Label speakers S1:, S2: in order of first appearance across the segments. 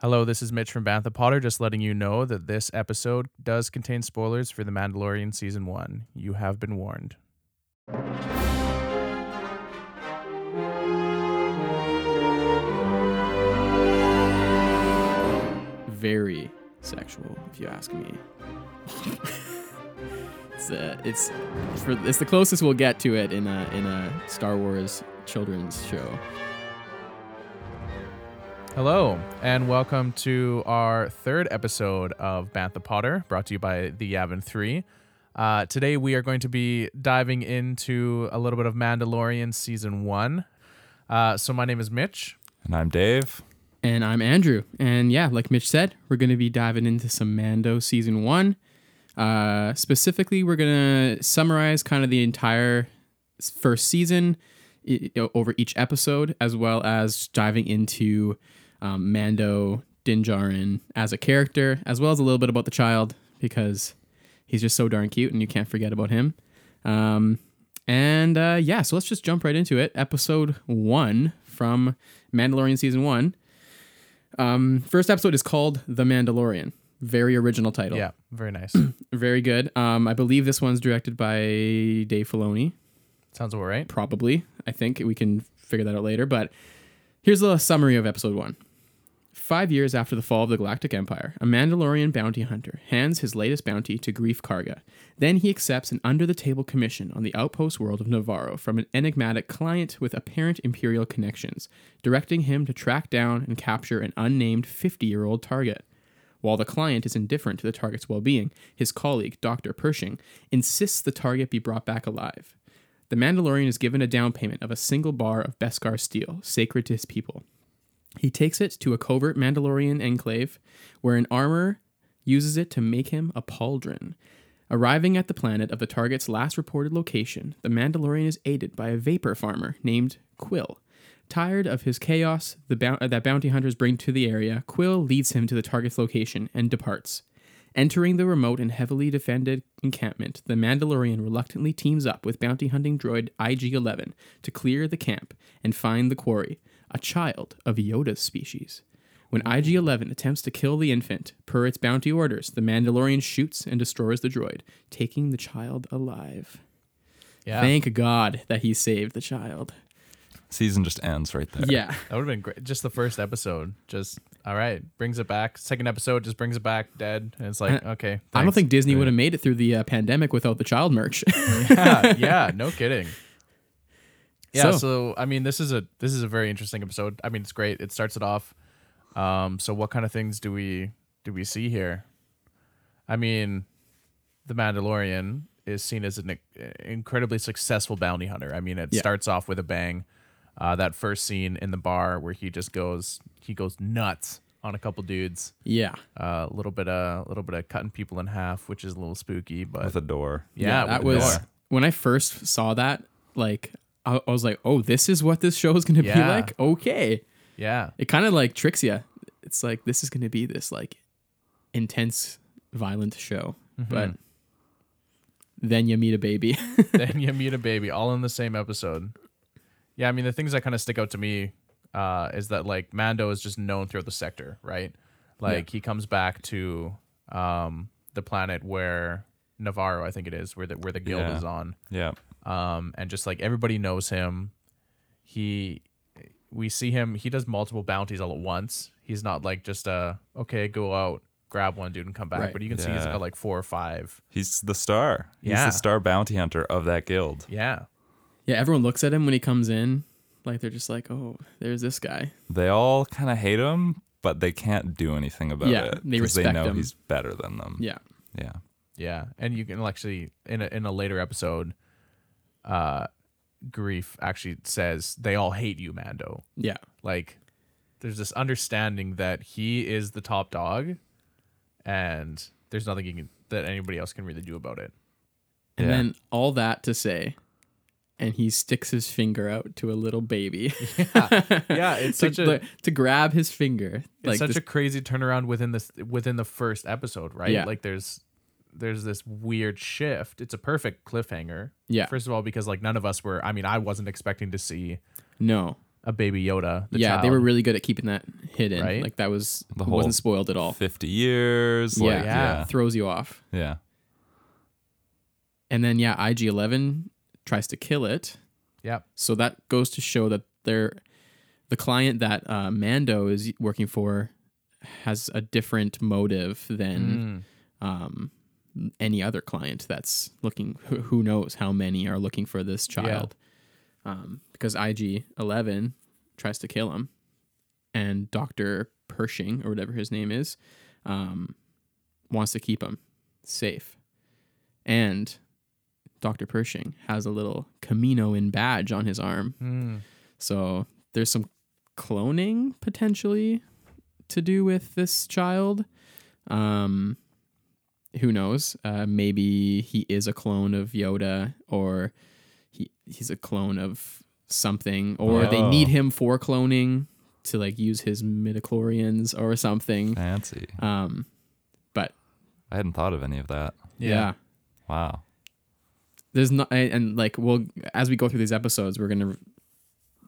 S1: Hello, this is Mitch from Bantha Potter, just letting you know that this episode does contain spoilers for The Mandalorian Season 1. You have been warned.
S2: very sexual, if you ask me. it's, uh, it's for it's the closest we'll get to it in a in a Star Wars children's show.
S1: Hello, and welcome to our third episode of Bantha Potter, brought to you by the Yavin 3. Uh, today, we are going to be diving into a little bit of Mandalorian Season 1. Uh, so, my name is Mitch.
S3: And I'm Dave.
S2: And I'm Andrew, and yeah, like Mitch said, we're gonna be diving into some Mando season one. Uh, specifically, we're gonna summarize kind of the entire s- first season i- i- over each episode, as well as diving into um, Mando Dinjarin as a character, as well as a little bit about the child because he's just so darn cute, and you can't forget about him. Um, and uh, yeah, so let's just jump right into it. Episode one from Mandalorian season one. Um, first episode is called The Mandalorian. Very original title
S1: Yeah, very nice.
S2: very good. Um, I believe this one's directed by Dave Filoni.
S1: Sounds about right.
S2: Probably, I think we can figure that out later. But here's a little summary of episode one. Five years after the fall of the Galactic Empire, a Mandalorian bounty hunter hands his latest bounty to Grief Karga. Then he accepts an under the table commission on the outpost world of Navarro from an enigmatic client with apparent Imperial connections, directing him to track down and capture an unnamed 50 year old target. While the client is indifferent to the target's well being, his colleague, Dr. Pershing, insists the target be brought back alive. The Mandalorian is given a down payment of a single bar of Beskar steel, sacred to his people. He takes it to a covert Mandalorian enclave where an armor uses it to make him a pauldron. Arriving at the planet of the target's last reported location, the Mandalorian is aided by a vapor farmer named Quill. Tired of his chaos the bou- uh, that bounty hunters bring to the area, Quill leads him to the target's location and departs. Entering the remote and heavily defended encampment, the Mandalorian reluctantly teams up with bounty hunting droid IG 11 to clear the camp and find the quarry, a child of Yoda's species. When IG 11 attempts to kill the infant, per its bounty orders, the Mandalorian shoots and destroys the droid, taking the child alive.
S1: Yeah.
S2: Thank God that he saved the child.
S3: Season just ends right there.
S2: Yeah.
S1: that would have been great. Just the first episode. Just, all right, brings it back. Second episode just brings it back dead. And it's like, okay.
S2: I don't
S1: thanks.
S2: think Disney would have made it through the uh, pandemic without the child merch.
S1: yeah, yeah, no kidding. Yeah, so.
S2: So-
S1: I mean, this is a this is a very interesting episode. I mean, it's great. It starts it off. Um, so what kind of things do we do we see here? I mean, the Mandalorian is seen as an inc- incredibly successful bounty hunter. I mean, it
S2: Yeah.
S1: starts off with a bang. Uh, that first scene in the bar where he just goes he goes nuts on a couple dudes.
S2: yeah.
S1: A little bit of a little bit of cutting people in half, which is a little spooky, but
S3: With a door.
S1: yeah,
S2: that
S1: with a
S2: was
S1: door.
S2: when I first saw that. Like, I, I was like, "Oh, this is what this show is going to be
S1: Yeah.
S2: like." Okay,
S1: yeah.
S2: it kind of like tricks you. It's like this is going to be this like intense, violent show,
S1: Mm-hmm.
S2: but then you meet a baby.
S1: then you meet a baby all in the same episode yeah i mean the things that kind of stick out to me uh, is that like mando is just known throughout the sector right like he comes back to um, the planet where navarro i think it is where the where the guild
S3: Yeah.
S1: is on
S3: Yeah.
S1: um, and just like everybody knows him he we see him he does multiple bounties all at once he's not like just a okay go out grab one dude and come back
S2: Right.
S1: but you can see he's
S3: Yeah.
S1: got like four or five
S3: He's the star. He's
S1: Yeah.
S3: the star bounty hunter of that guild.
S1: yeah
S2: yeah, everyone looks at him when he comes in. Like they're just like, "Oh, there's this guy."
S3: They all kind of hate him, but they can't do anything about
S2: Yeah,
S3: it.
S2: they
S3: 'cause
S2: respect
S3: know
S2: him.
S3: he's better than them.
S2: Yeah,
S3: Yeah.
S1: Yeah, and you can actually in a, in a later episode, uh, grief actually says they all hate you, Mando.
S2: yeah,
S1: Like, there's this understanding that he is the top dog, and there's nothing you can, that anybody else can really do about it.
S2: and
S3: Yeah.
S2: then all that to say. And he sticks his finger out to a little baby.
S1: Yeah, it's
S2: to,
S1: such a
S2: like, to grab his finger.
S1: it's such
S2: this-
S1: a crazy turnaround within this within the first episode, right?
S2: Yeah.
S1: Like there's there's this weird shift. It's a perfect cliffhanger.
S2: Yeah.
S1: First of all, because like none of us were. I mean, I wasn't expecting to see
S2: no.
S1: a baby Yoda. The
S2: yeah,
S1: child.
S2: they were really good at keeping that hidden.
S1: Right?
S2: Like that was the
S3: The whole
S2: wasn't spoiled at all.
S3: 50 years.
S2: Oh. Yeah.
S3: Like, yeah.
S2: Throws you off.
S3: Yeah.
S2: And then yeah, IG Eleven tries to kill it.
S1: Yep.
S2: So that goes to show that they're the client that uh, Mando is working for has a different motive than
S1: Mm.
S2: um, any other client that's looking. Who, who knows how many are looking for this child? Um, because IG Eleven tries to kill him, and Doctor Pershing or whatever his name is, um, wants to keep him safe, and Doctor Pershing has a little Camino in badge on his arm.
S1: Mm.
S2: So there's some cloning potentially to do with this child. Um, who knows? Uh, maybe he is a clone of Yoda, or he he's a clone of something, or they
S3: Oh.
S2: need him for cloning to like use his midichlorians or something.
S3: Fancy.
S2: Um, but
S3: I hadn't thought of any of that.
S2: yeah.
S3: Wow.
S2: there's not and, and, like we'll as we go through these episodes, we're gonna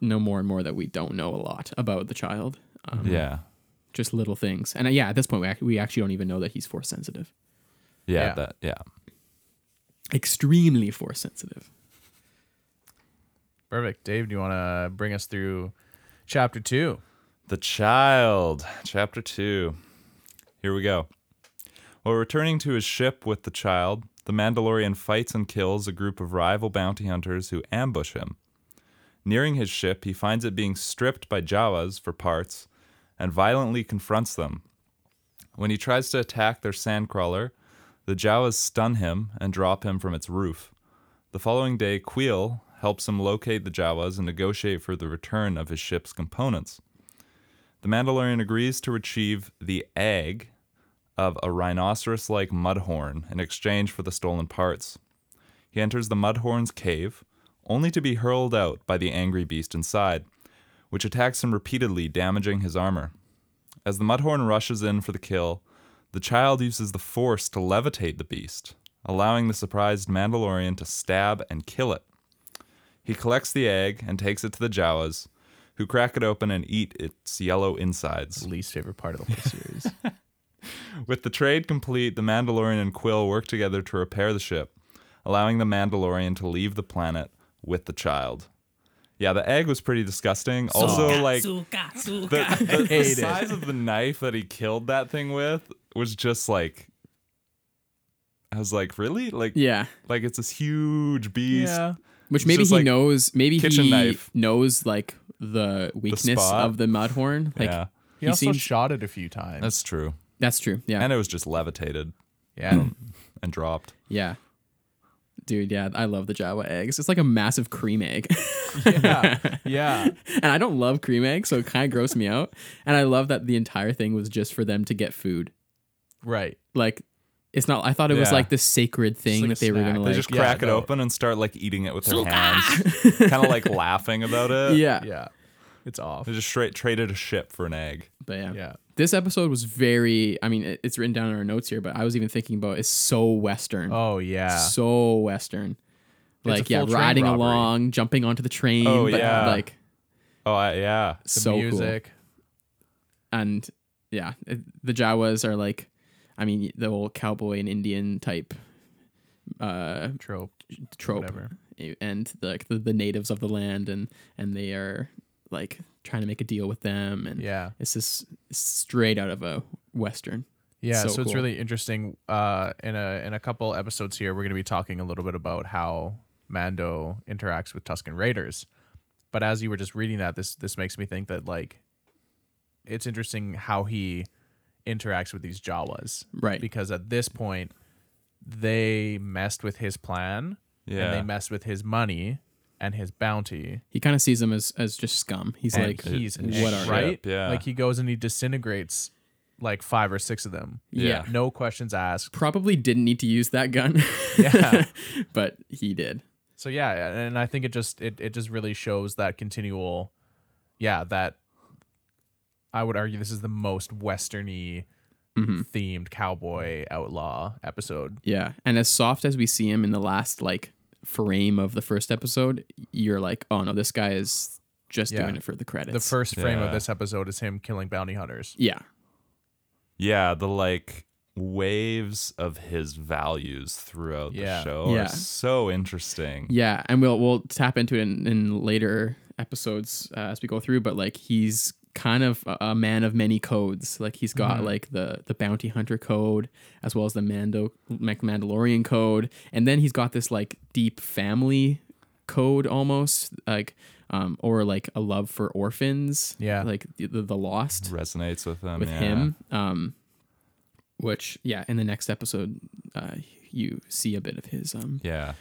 S2: know more and more that we don't know a lot about the child. Um,
S3: Yeah.
S2: just little things. And uh, yeah, at this point, we, ac- we actually don't even know that he's force sensitive.
S3: Yeah.
S1: Yeah.
S3: That, yeah.
S2: Extremely force sensitive.
S1: Perfect. Dave, do you want to bring us through chapter two?
S3: The Child, Chapter 2. Here we go. While returning to his ship with the child, the Mandalorian fights and kills a group of rival bounty hunters who ambush him. Nearing his ship, he finds it being stripped by Jawas for parts and violently confronts them. When he tries to attack their sandcrawler, the Jawas stun him and drop him from its roof. The following day, Queel helps him locate the Jawas and negotiate for the return of his ship's components. The Mandalorian agrees to retrieve the egg of a rhinoceros like mudhorn in exchange for the stolen parts. He enters the mudhorn's cave, only to be hurled out by the angry beast inside, which attacks him repeatedly, damaging his armor. As the mudhorn rushes in for the kill, the child uses the force to levitate the beast, allowing the surprised Mandalorian to stab and kill it. He collects the egg and takes it to the Jawas, who crack it open and eat its yellow insides.
S1: Least favorite part of the whole series.
S3: With the trade complete, the Mandalorian and Quill work together to repair the ship, allowing the Mandalorian to leave the planet with the child. Yeah, the egg was pretty disgusting. Also, like the, the, the
S1: Hate it.
S3: size of the knife that he killed that thing with was just like, I was like, really? Like,
S2: Yeah.
S3: like it's this huge beast.
S1: yeah.
S2: Which
S3: It's
S2: maybe
S3: just
S2: he
S3: like
S2: knows, maybe
S3: kitchen
S2: he
S3: knife.
S2: knows like the weakness
S3: spot.
S2: of the mudhorn. Like,
S3: yeah,
S1: He,
S2: He
S1: also
S2: seems-
S1: shot it a few times.
S3: that's true.
S2: that's true. Yeah.
S3: And it was just levitated
S1: yeah.
S3: and dropped.
S2: yeah. Dude, yeah, I love the Jawa eggs. It's like a massive cream egg.
S1: yeah. Yeah.
S2: and I don't love cream eggs, so it kind of grossed me out. And I love that the entire thing was just for them to get food.
S1: Right.
S2: Like, it's not, I thought it was
S3: Yeah.
S2: like this sacred thing
S1: like a
S2: that they were
S1: snack.
S2: going to
S1: They
S2: like.
S3: They just
S1: yeah,
S3: crack it
S1: no.
S3: open and start like eating it with their hands, kind of like laughing about it.
S2: yeah.
S1: Yeah. It's off.
S3: They just straight traded a ship for an egg.
S2: But yeah.
S1: Yeah.
S2: This episode was very, I mean, it- it's written down in our notes here, but I was even thinking about it's so Western.
S1: Oh yeah.
S2: So Western.
S1: It's
S2: Like,
S1: a
S2: yeah,
S1: full train
S2: riding
S1: robbery.
S2: along, jumping onto the train.
S3: Oh,
S2: but,
S3: yeah.
S2: Like,
S3: Oh I, yeah,
S1: the
S2: so cool.
S1: music.
S2: And yeah, it- the Jawas are like, I mean, the old cowboy and Indian type uh
S1: Trope.
S2: trope.
S1: Whatever.
S2: and like the, the natives of the land and and they are like trying to make a deal with them and
S1: Yeah.
S2: it's just straight out of a western
S1: Yeah, so,
S2: So
S1: it's
S2: cool.
S1: really interesting. Uh, in a in a couple episodes here, we're going to be talking a little bit about how Mando interacts with Tusken Raiders. But as you were just reading that, this this makes me think that like, it's interesting how he interacts with these Jawas,
S2: Right.
S1: Because at this point, they messed with his plan,
S3: Yeah.
S1: and they messed with his money and his bounty,
S2: he kind of sees them as as just scum he's
S1: and
S2: like
S1: he's
S3: and
S1: what
S2: what are
S1: right?
S3: you? Yeah.
S1: like he goes and he disintegrates like five or six of them.
S2: yeah.
S3: Yeah.
S1: No questions asked.
S2: probably didn't need to use that gun
S1: Yeah.
S2: but he did
S1: so yeah and i think it just it, it just really shows that continual yeah that i would argue this is the most westerny themed cowboy outlaw episode
S2: yeah and as soft as we see him in the last like frame of the first episode you're like oh no this guy is just
S1: Yeah.
S2: doing it for the credits.
S1: The first frame
S3: Yeah.
S1: of this episode is him killing bounty hunters.
S2: yeah,
S3: Yeah, the like waves of his values throughout
S1: Yeah.
S3: the show
S2: Yeah.
S3: are so interesting.
S2: yeah, and we'll we'll tap into it in, in later episodes uh, as we go through. But like he's kind of a, a man of many codes. Like he's got like the the bounty hunter code as well as the Mando Mac- Mandalorian code, and then he's got this like deep family code almost like um or like a love for orphans.
S1: Yeah.
S2: like the the, the lost.
S3: Resonates with him.
S2: with
S3: yeah.
S2: him. Um, which yeah, in the next episode, uh, you see a bit of his um
S3: Yeah.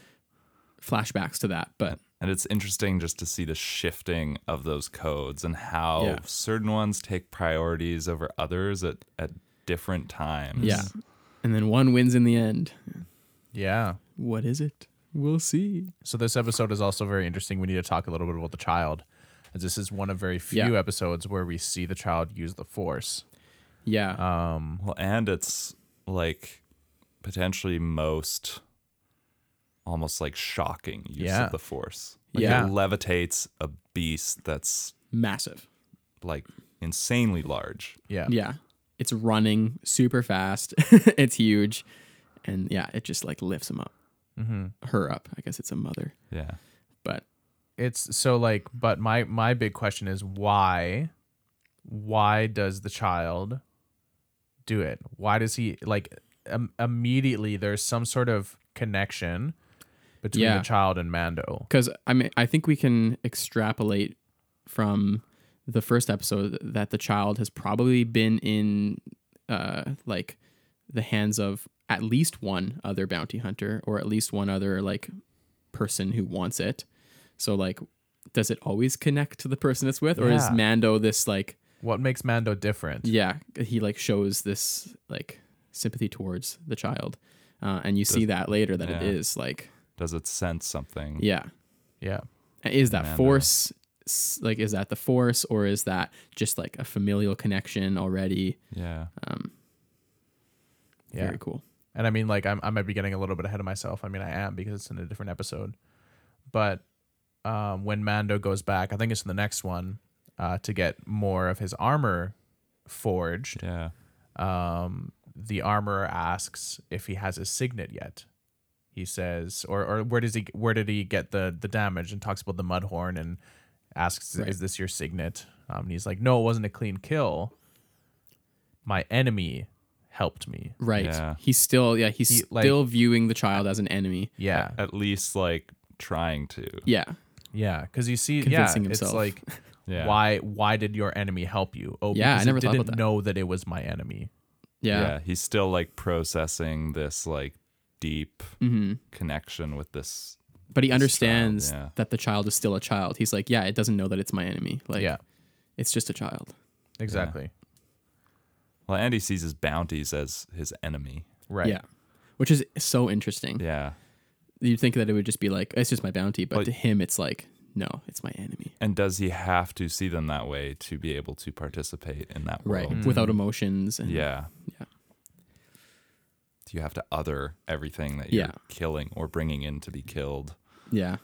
S2: flashbacks to that. But
S3: And it's interesting just to see the shifting of those codes and how
S2: Yeah.
S3: certain ones take priorities over others at, at different times.
S2: yeah, and then one wins in the end.
S1: Yeah.
S2: What is it? We'll see.
S1: So this episode is also very interesting. We need to talk a little bit about the child, as this is one of very few
S2: Yeah.
S1: episodes where we see the child use the force.
S2: Yeah,
S1: Um,
S3: Well, and it's like potentially most almost like shocking use
S1: Yeah.
S3: of the force. Like
S1: Yeah.
S3: it levitates a beast that's
S2: massive.
S3: like insanely large.
S1: yeah.
S2: Yeah, it's running super fast. it's huge, and yeah, it just like lifts him up, mm-hmm. her up. I guess it's a mother,
S3: Yeah.
S2: but
S1: It's so like, but my my big question is why, why does the child do it? Why does he like um, immediately? There's some sort of connection between
S2: Yeah.
S1: the child and Mando.
S2: because I mean, I think we can extrapolate from the first episode that the child has probably been in, uh, like the hands of at least one other bounty hunter or at least one other like person who wants it. So like, does it always connect to the person it's with, or is
S1: Yeah.
S2: Mando this like,
S1: What makes Mando different?
S2: yeah, he like shows this like sympathy towards the child, uh, and you see that later that it
S3: yeah.
S2: is like,
S3: Does it sense something?
S2: yeah.
S1: Yeah.
S2: is that
S3: Mando.
S2: force s- like is that the force or is that just like a familial connection already
S3: Yeah.
S2: um
S1: Yeah.
S2: very cool
S1: and I mean, like, I'm, I might be getting a little bit ahead of myself. I mean, I am because it's in a different episode. But um, when Mando goes back, I think it's in the next one uh, to get more of his armor forged.
S3: Yeah.
S1: Um, the armorer asks if he has his signet yet. He says, or or where does he where did he get the the damage? And talks about the mud horn and asks,
S2: Right.
S1: is this your signet? Um, and he's like, no, it wasn't a clean kill. My enemy helped me.
S2: right
S3: Yeah.
S2: he's still yeah he's
S1: He, like-
S2: still viewing the child as an enemy
S1: Yeah.
S3: At least like trying to.
S2: yeah
S1: Yeah, because you see,
S2: Convincing
S1: yeah,
S2: himself.
S1: it's like,
S3: Yeah.
S1: why why did your enemy help you? Oh,
S2: Yeah, I
S1: because
S2: never
S1: it
S2: thought
S1: didn't
S2: about that.
S1: know that it was my enemy.
S2: yeah,
S3: Yeah. He's still like processing this like deep connection with this.
S2: Mm-hmm. but he understands
S3: yeah.
S2: that the child is still a child he's like yeah it doesn't know that it's my enemy like
S1: yeah,
S2: it's just a child
S1: exactly.
S3: Well, Andy sees his bounties as his enemy.
S1: Right.
S2: yeah which is so interesting
S3: Yeah.
S2: you'd think that it would just be like it's just my bounty but
S3: Well-
S2: to him it's like no it's my enemy
S3: And does he have to see them that way to be able to participate in that
S2: right
S3: world?
S2: without emotions and
S3: Hmm. Yeah.
S2: Yeah.
S3: Do you have to other everything that you're
S2: Yeah.
S3: killing or bringing in to be killed?
S2: Yeah.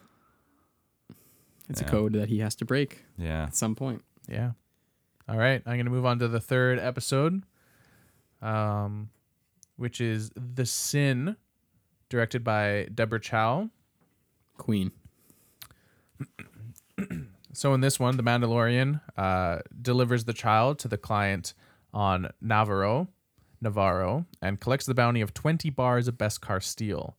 S2: It's a
S3: Yeah.
S2: code that he has to break
S3: Yeah.
S2: at some point.
S1: Yeah. All right, I'm gonna move on to the third episode, um, which is the sin, directed by Deborah Chow.
S2: Queen.
S1: So in this one, the Mandalorian uh, delivers the child to the client on Navarro, Navarro, and collects the bounty of 20 bars of Beskar steel.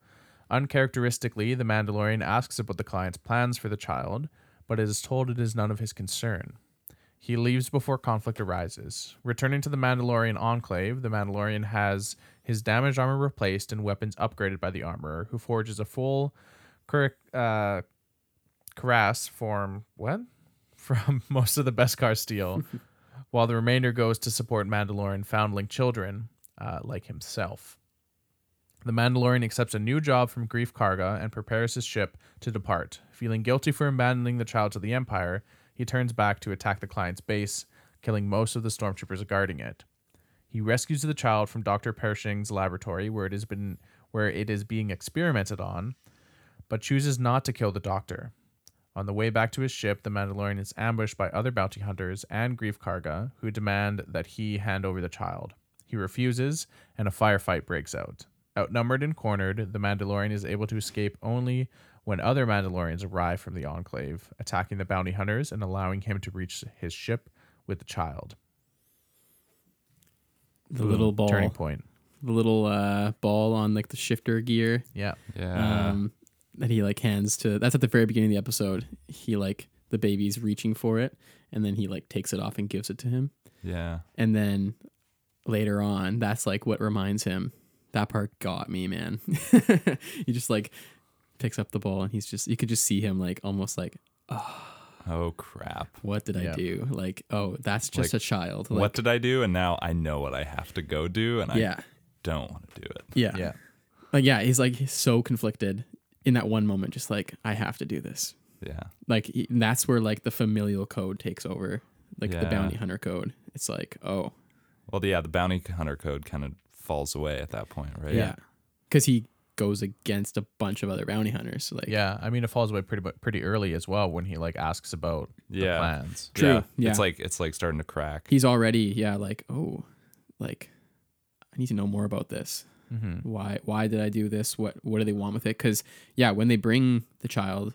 S1: Uncharacteristically, the Mandalorian asks about the client's plans for the child, but is told it is none of his concern. He leaves before conflict arises. Returning to the Mandalorian enclave, the Mandalorian has his damaged armor replaced and weapons upgraded by the armorer, who forges a full cur- uh, Carass form what? From most of the Beskar steel, while the remainder goes to support Mandalorian foundling children uh, like himself. The Mandalorian accepts a new job from Grief Karga and prepares his ship to depart. Feeling guilty for abandoning the child to the Empire, he turns back to attack the client's base, killing most of the stormtroopers guarding it. He rescues the child from Dr. Pershing's laboratory where it has been where it is being experimented on, but chooses not to kill the doctor. On the way back to his ship, the Mandalorian is ambushed by other bounty hunters and Grief Karga, who demand that he hand over the child. He refuses, and a firefight breaks out. Outnumbered and cornered, the Mandalorian is able to escape only when other Mandalorians arrive from the Enclave, attacking the bounty hunters and allowing him to reach his ship with the child.
S2: The
S1: Boom.
S2: little ball,
S1: Turning point.
S2: the little uh, ball on like the shifter gear
S1: Yeah.
S3: Yeah.
S2: um, that he like hands to. That's at the very beginning of the episode. He like the baby's reaching for it, and then he like takes it off and gives it to him.
S3: yeah.
S2: And then later on, that's like what reminds him. That part got me, man. he just like picks up the ball and he's just you could just see him like almost like,
S3: Oh crap.
S2: what did I
S1: Yeah.
S2: do? Like, oh, that's just
S3: Like,
S2: a child.
S3: what
S2: Like,
S3: did I do? And now I know what I have to go do, and
S2: Yeah.
S3: I don't want to do it.
S2: Yeah.
S1: Yeah.
S2: Like yeah, he's like he's so conflicted in that one moment, just like, I have to do this.
S3: Yeah.
S2: Like he- and that's where like the familial code takes over. Like the
S3: Yeah.
S2: bounty hunter code. It's like, oh
S3: Well, yeah, the bounty hunter code kind of falls away at that point, right?
S2: yeah. Cause he goes against a bunch of other bounty hunters. Like
S1: Yeah. I mean, it falls away pretty bu- pretty early as well when he like asks about
S3: Yeah.
S1: the plans.
S2: True, yeah.
S3: It's like it's like starting to crack.
S2: he's already yeah like oh like i need to know more about this
S1: Mm-hmm.
S2: why why did i do this what what do they want with it because yeah when they bring the child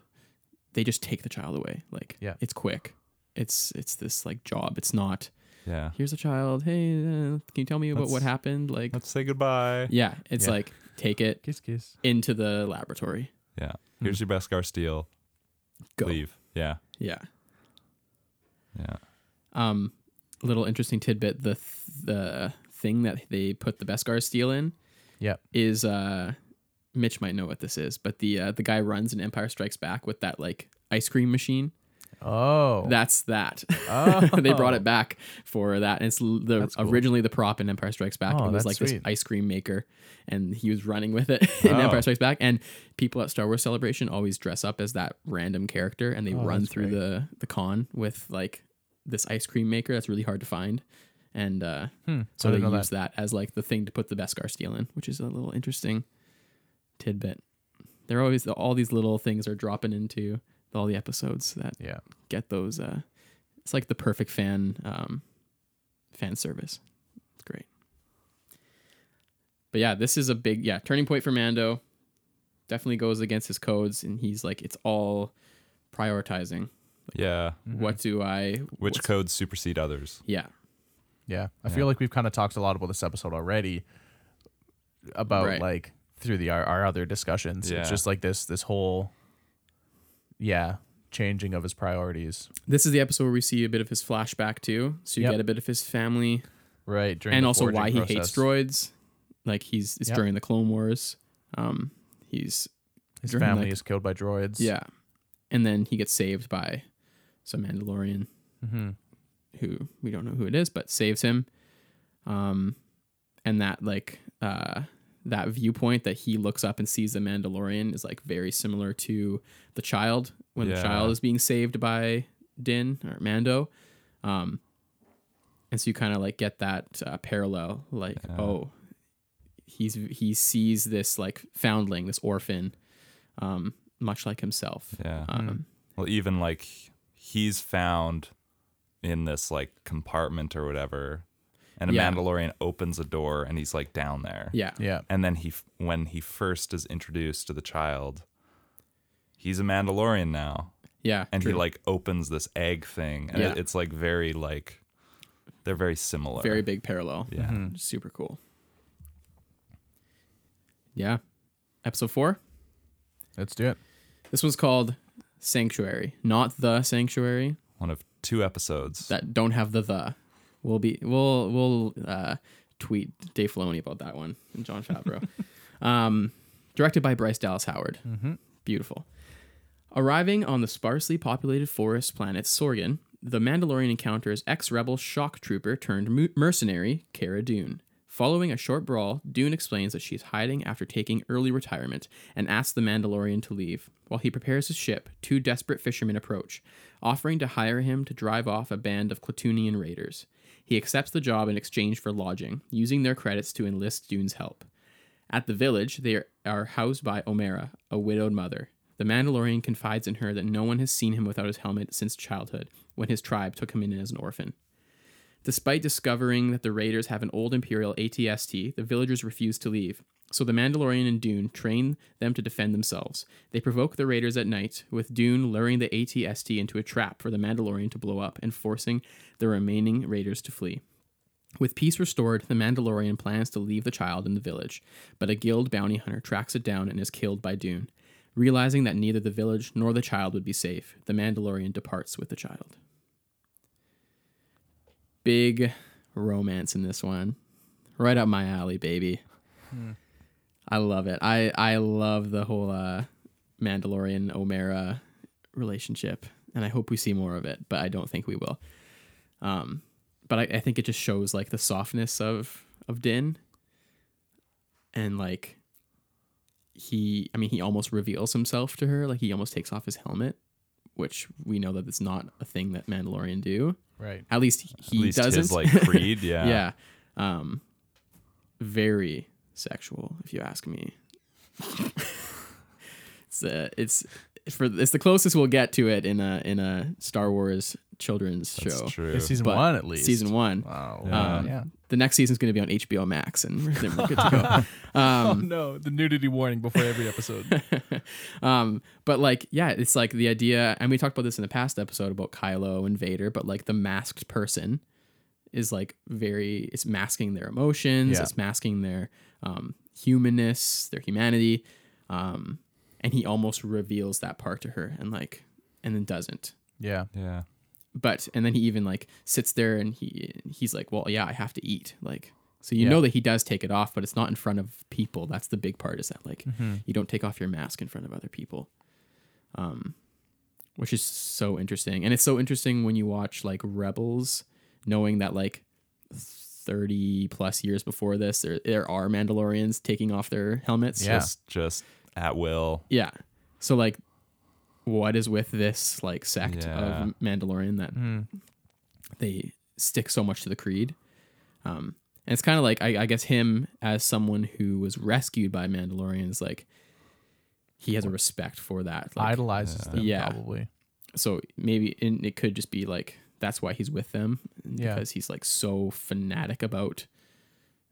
S2: they just take the child away like
S1: Yeah.
S2: it's quick it's it's this like job it's not
S3: yeah.
S2: here's a child hey uh, can you tell me about what
S3: Let's-
S2: happened like
S3: Let's say goodbye.
S2: yeah it's
S1: Yeah.
S2: like take it
S1: Kiss, kiss.
S2: into the laboratory
S3: Yeah. Here's your Beskar steel.
S2: Mm-hmm. go
S3: Leave. Yeah.
S2: yeah
S3: Yeah.
S2: um little interesting tidbit the th- the thing that they put the beskar steel in
S1: Yeah.
S2: is uh Mitch might know what this is, but the uh, the guy runs in Empire Strikes Back with that like ice cream machine.
S1: Oh.
S2: That's that.
S1: Oh.
S2: they brought it back for that. And it's l- the
S1: That's cool.
S2: originally the prop in Empire Strikes Back.
S1: Oh,
S2: it was
S1: that's
S2: like this
S1: sweet.
S2: ice cream maker, and he was running with it in
S3: Oh.
S2: Empire Strikes Back. And people at Star Wars Celebration always dress up as that random character, and they
S1: Oh,
S2: run
S1: that's
S2: through
S1: great.
S2: the the con with like this ice cream maker that's really hard to find. And uh,
S1: Hmm.
S2: so
S1: I
S2: they
S1: didn't know
S2: use that. as like the thing to put the Beskar steel in, which is a little interesting tidbit. They're always all these little things are dropping into all the episodes that
S1: Yeah.
S2: get those. Uh, it's like the perfect fan um, fan service. It's great. But yeah, this is a big yeah turning point for Mando. Definitely goes against his codes, and he's like, it's all prioritizing.
S3: Yeah.
S1: Mm-hmm.
S2: What do I?
S3: Which
S2: what's-
S3: codes supersede others?
S2: yeah,
S1: Yeah. I
S3: Yeah.
S1: feel like we've kind of talked a lot about this episode already about
S2: Right.
S1: like through the our, our other discussions.
S3: Yeah.
S1: It's just like this this whole yeah, changing of his priorities.
S2: this is the episode where we see a bit of his flashback too. So you
S1: Yep.
S2: get a bit of his family
S1: Right. During
S2: and
S1: the
S2: also
S1: forging
S2: why he hates
S1: process.
S2: droids. Like he's it's
S1: Yeah.
S2: during the Clone Wars. Um, he's
S1: His
S2: during,
S1: family
S2: like-
S1: is killed by droids.
S2: yeah, and then he gets saved by some Mandalorian
S1: hmm
S2: who we don't know who it is, but saves him. Um, and that like uh that viewpoint that he looks up and sees the Mandalorian is like very similar to the child when the
S3: Yeah.
S2: child is being saved by Din or Mando. Um, and so you kind of like get that uh, parallel, like oh, he's he sees this like foundling, this orphan, um, much like himself.
S3: Yeah.
S2: Um,
S3: Well, even like he's found in this like compartment or whatever, and a
S2: Yeah.
S3: Mandalorian opens a door and he's like down there.
S2: yeah,
S1: Yeah.
S3: And then he, f- when he first is introduced to the child, he's a Mandalorian now,
S2: yeah,
S3: and he
S2: true.
S3: like opens this egg thing, and
S2: Yeah.
S3: it, it's like very like they're very similar.
S2: very big Mm-hmm. parallel.
S3: yeah.
S1: Mm-hmm.
S2: super cool. Yeah. Episode four.
S1: Let's do it.
S2: This one's called Sanctuary, not the Sanctuary
S3: One of two episodes.
S2: that don't have the the. We'll be we'll we'll uh, tweet Dave Filoni about that one and John Favreau. um, directed by Bryce Dallas Howard. Mm-hmm. Beautiful. Arriving on the sparsely populated forest planet Sorgan, the Mandalorian encounters ex-rebel shock trooper turned mu- mercenary Cara Dune. Following a short brawl, Dune explains that she's hiding after taking early retirement and asks the Mandalorian to leave. While he prepares his ship, two desperate fishermen approach, offering to hire him to drive off a band of Clatoonian raiders. He accepts the job in exchange for lodging, using their credits to enlist Dune's help. At the village, they are housed by Omera, a widowed mother. The Mandalorian confides in her that no one has seen him without his helmet since childhood, when his tribe took him in as an orphan. Despite discovering that the raiders have an old Imperial ATST, the villagers refuse to leave. So the Mandalorian and Dune train them to defend themselves. They provoke the raiders at night, with Dune luring the ATST into a trap for the Mandalorian to blow up and forcing the remaining raiders to flee. With peace restored, the Mandalorian plans to leave the child in the village, but a guild bounty hunter tracks it down and is killed by Dune. Realizing that neither the village nor the child would be safe, the Mandalorian departs with the child. Big romance in this one. Right up my alley, baby. I love it. I, I love the whole uh, Mandalorian Omera relationship, and I hope we see more of it, but I don't think we will. Um, but I, I think it just shows like the softness of of Din, and like he, I mean, he almost reveals himself to her. Like he almost takes off his helmet, which we know that it's not a thing that Mandalorian do.
S1: Right.
S2: At least he
S3: At least
S2: doesn't.
S3: his like creed, yeah.
S2: yeah, um, very sexual, if you ask me. it's uh, it's for it's the closest we'll get to it in a in a Star Wars children's
S3: That's
S2: show.
S3: true.
S1: It's season Um,
S2: But
S1: one at least.
S2: Season one.
S1: Wow.
S3: Yeah.
S1: yeah.
S2: Um, The next season's going to be on HBO Max, and we're, then we're good to go. Um,
S1: Oh, no, the nudity warning before every episode.
S2: um, but like, yeah, it's like the idea, and we talked about this in the past episode about Kylo and Vader, but like the masked person is like very, it's masking their emotions,
S1: Yeah.
S2: it's masking their um, humanness, their humanity, um, and he almost reveals that part to her, and like, and then doesn't.
S1: yeah.
S3: yeah.
S2: But and then he even like sits there and he he's like, well, yeah, I have to eat, like. So you
S1: Yeah.
S2: know that he does take it off, but it's not in front of people. That's the big part. Is that like
S1: Mm-hmm.
S2: you don't take off your mask in front of other people um which is so interesting and it's so interesting when you watch like rebels knowing that like 30 plus years before this there, there are mandalorians taking off their helmets
S1: Yeah.
S3: Just just at will.
S2: yeah so like what is with this like sect
S3: Yeah.
S2: of mandalorian that
S1: Mm.
S2: they stick so much to the creed um and it's kind of like I, I guess him as someone who was rescued by mandalorians like he has a respect for that like,
S1: Idolizes them
S2: Yeah.
S1: probably.
S2: so maybe and it could just be like that's why he's with them
S1: Yeah.
S2: because he's like so fanatic about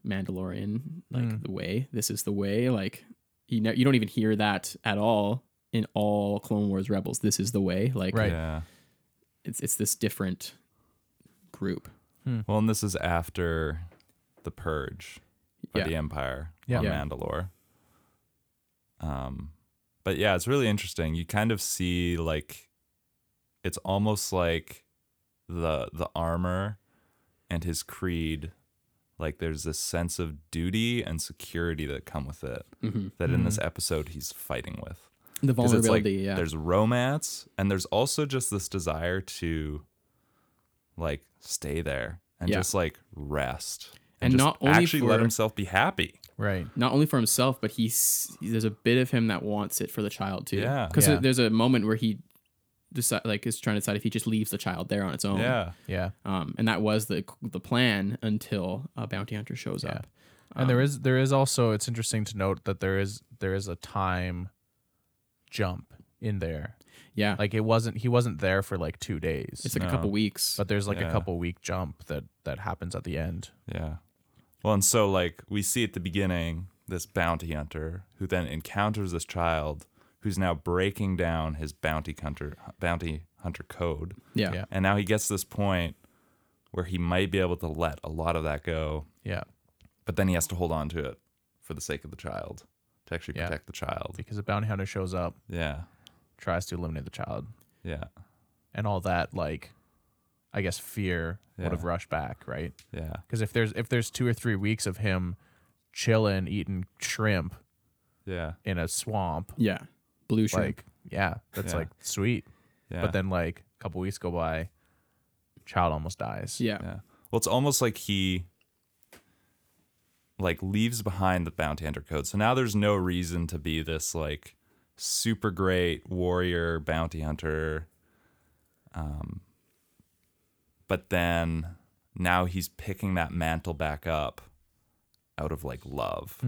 S2: Mandalorian like
S1: Mm.
S2: the way this is the way like you know you don't even hear that at all in all Clone Wars Rebels this is the way like
S1: Right.
S3: Yeah.
S2: it's it's this different group
S3: Well, and this is after the purge by
S2: Yeah.
S3: the Empire
S1: Yeah.
S3: on
S2: Yeah.
S3: Mandalore. Um, but yeah, it's really interesting. You kind of see like it's almost like the the armor and his creed. Like there's this sense of duty and security that come with it
S2: Mhm.
S3: that in
S1: Mm-hmm.
S3: this episode he's fighting with.
S2: the
S3: 'Cause it's like
S2: vulnerability yeah
S3: there's romance and there's also just this desire to like stay there and
S2: Yeah.
S3: just like rest
S2: And
S3: just
S2: not only
S3: actually let
S2: for-
S3: himself be happy.
S1: Right.
S2: not only for himself but he's there's a bit of him that wants it for the child too
S3: Yeah.
S2: because
S1: Yeah.
S2: there's a moment where he decide like is trying to decide if he just leaves the child there on its own
S3: Yeah.
S1: Yeah.
S2: um, and that was the the plan until a bounty hunter shows
S1: Yeah.
S2: up.
S1: And there is there is also it's interesting to note that there is there is a time jump in there.
S2: Yeah,
S1: Like it wasn't he wasn't there for like 2 days.
S2: it's like a
S3: No.
S2: couple weeks.
S1: but there's like
S3: Yeah.
S1: a couple week jump that that happens at the end.
S3: Yeah. Well, and so like we see at the beginning this bounty hunter who then encounters this child who's now breaking down his bounty hunter bounty hunter code.
S2: yeah,
S1: yeah.
S3: And now he gets to this point where he might be able to let a lot of that go
S1: Yeah.
S3: but then he has to hold on to it for the sake of the child to actually
S1: Yeah.
S3: protect the child.
S1: Because a bounty hunter shows up,
S3: Yeah,
S1: tries to eliminate the child,
S3: yeah,
S1: and all that like I guess fear
S3: Yeah.
S1: would have rushed back, right?
S3: yeah,
S1: Because if there's if there's two or three weeks of him chilling, eating shrimp
S3: yeah,
S1: in a swamp,
S2: yeah. Blue shrimp.
S1: like yeah, that's
S3: Yeah.
S1: like sweet.
S3: yeah.
S1: But then like a couple weeks go by, child almost dies.
S2: yeah,
S3: yeah. Well, it's almost like he like leaves behind the bounty hunter code. So now there's no reason to be this like super great warrior bounty hunter. Um, but then
S2: Hmm.
S3: now he's picking that mantle back up out of like love.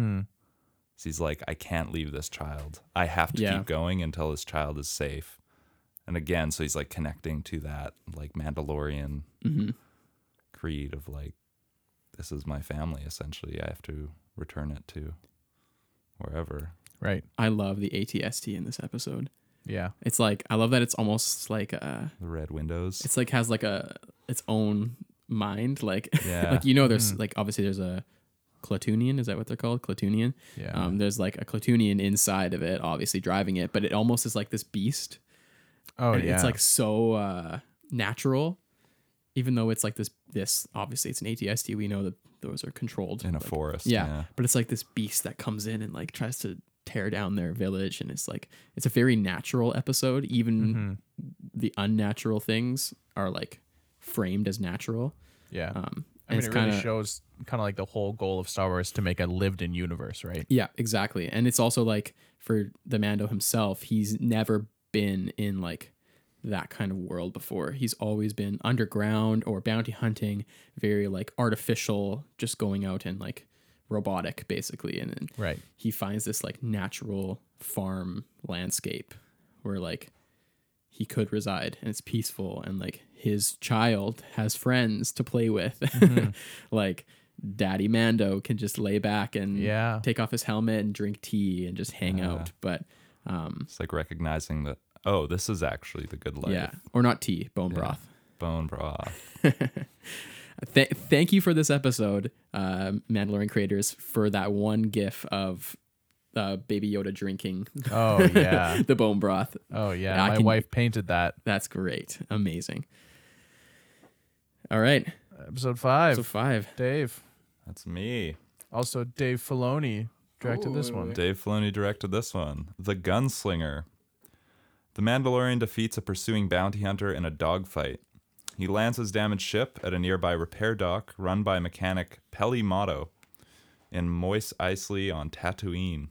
S3: So he's like, I can't leave this child. I have to
S2: Yeah.
S3: keep going until this child is safe. And again, so he's like connecting to that like Mandalorian
S2: Mm-hmm.
S3: creed of like, this is my family essentially. I have to return it to wherever.
S1: Right.
S2: I love the ATST in this episode.
S1: Yeah.
S2: It's like I love that it's almost like a
S3: The red windows.
S2: it's like has like a its own mind like
S3: Yeah.
S2: like you know there's
S1: Mm.
S2: like obviously there's a Clatoonian is that what they're called Clatoonian
S1: Yeah.
S2: um there's like a Clatoonian inside of it obviously driving it but it almost is like this beast
S1: Oh
S2: and
S1: yeah.
S2: it's like so uh natural even though it's like this this obviously it's an ATST we know that those are controlled
S3: in a
S2: like,
S3: forest.
S2: yeah,
S3: yeah.
S2: but it's like this beast that comes in and like tries to tear down their village and it's like it's a very natural episode even
S1: Mm-hmm.
S2: the unnatural things are like framed as natural
S1: yeah.
S2: um
S1: I mean,
S2: and
S1: it
S2: it's
S1: really
S2: kind of
S1: shows kind of like the whole goal of Star Wars to make a lived-in universe, right?
S2: yeah exactly and it's also like for the mando himself he's never been in like that kind of world before he's always been underground or bounty hunting very like artificial just going out and like robotic basically and, and
S1: Right.
S2: he finds this like natural farm landscape where like he could reside and it's peaceful and like his child has friends to play with like daddy mando can just lay back and
S1: Yeah.
S2: take off his helmet and drink tea and just hang out but um
S3: It's like recognizing that, oh, this is actually the good life.
S2: yeah or not tea bone broth
S3: Bone broth.
S2: Th- thank you for this episode uh mandalorian creators for that one gif of uh baby yoda drinking
S1: Oh yeah.
S2: the bone broth
S1: Oh yeah.
S2: Yeah, I
S1: My
S2: can-
S1: wife painted that.
S2: That's great. Amazing. All right.
S1: Episode five.
S2: So five.
S1: Dave.
S3: That's me.
S1: Also, Dave Filoni directed this one.
S3: Dave Filoni directed this one, The Gunslinger. The Mandalorian defeats a pursuing bounty hunter in a dogfight. He lands his damaged ship at a nearby repair dock run by mechanic Peli Motto in Mois Eisley on Tatooine.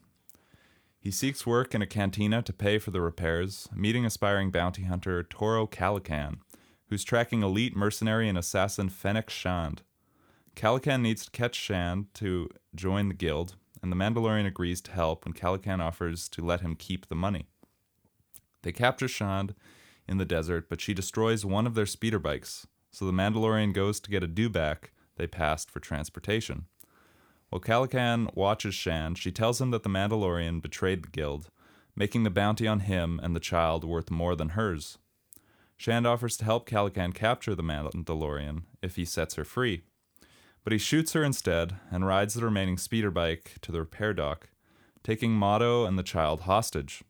S3: He seeks work in a cantina to pay for the repairs, meeting aspiring bounty hunter Toro Calican, who's tracking elite mercenary and assassin Fennec Shand. Calican needs to catch Shand to join the guild, and the Mandalorian agrees to help when Calican offers to let him keep the money. They capture Shand in the desert, but she destroys one of their speeder bikes, so the Mandalorian goes to get a dewback they passed for transportation. While Calican watches Shand, she tells him that the Mandalorian betrayed the guild, making the bounty on him and the child worth more than hers. Shand offers to help Calican capture the Mandalorian if he sets her free but he shoots her instead and rides the remaining speeder bike to the repair dock, taking Motto and the child hostage.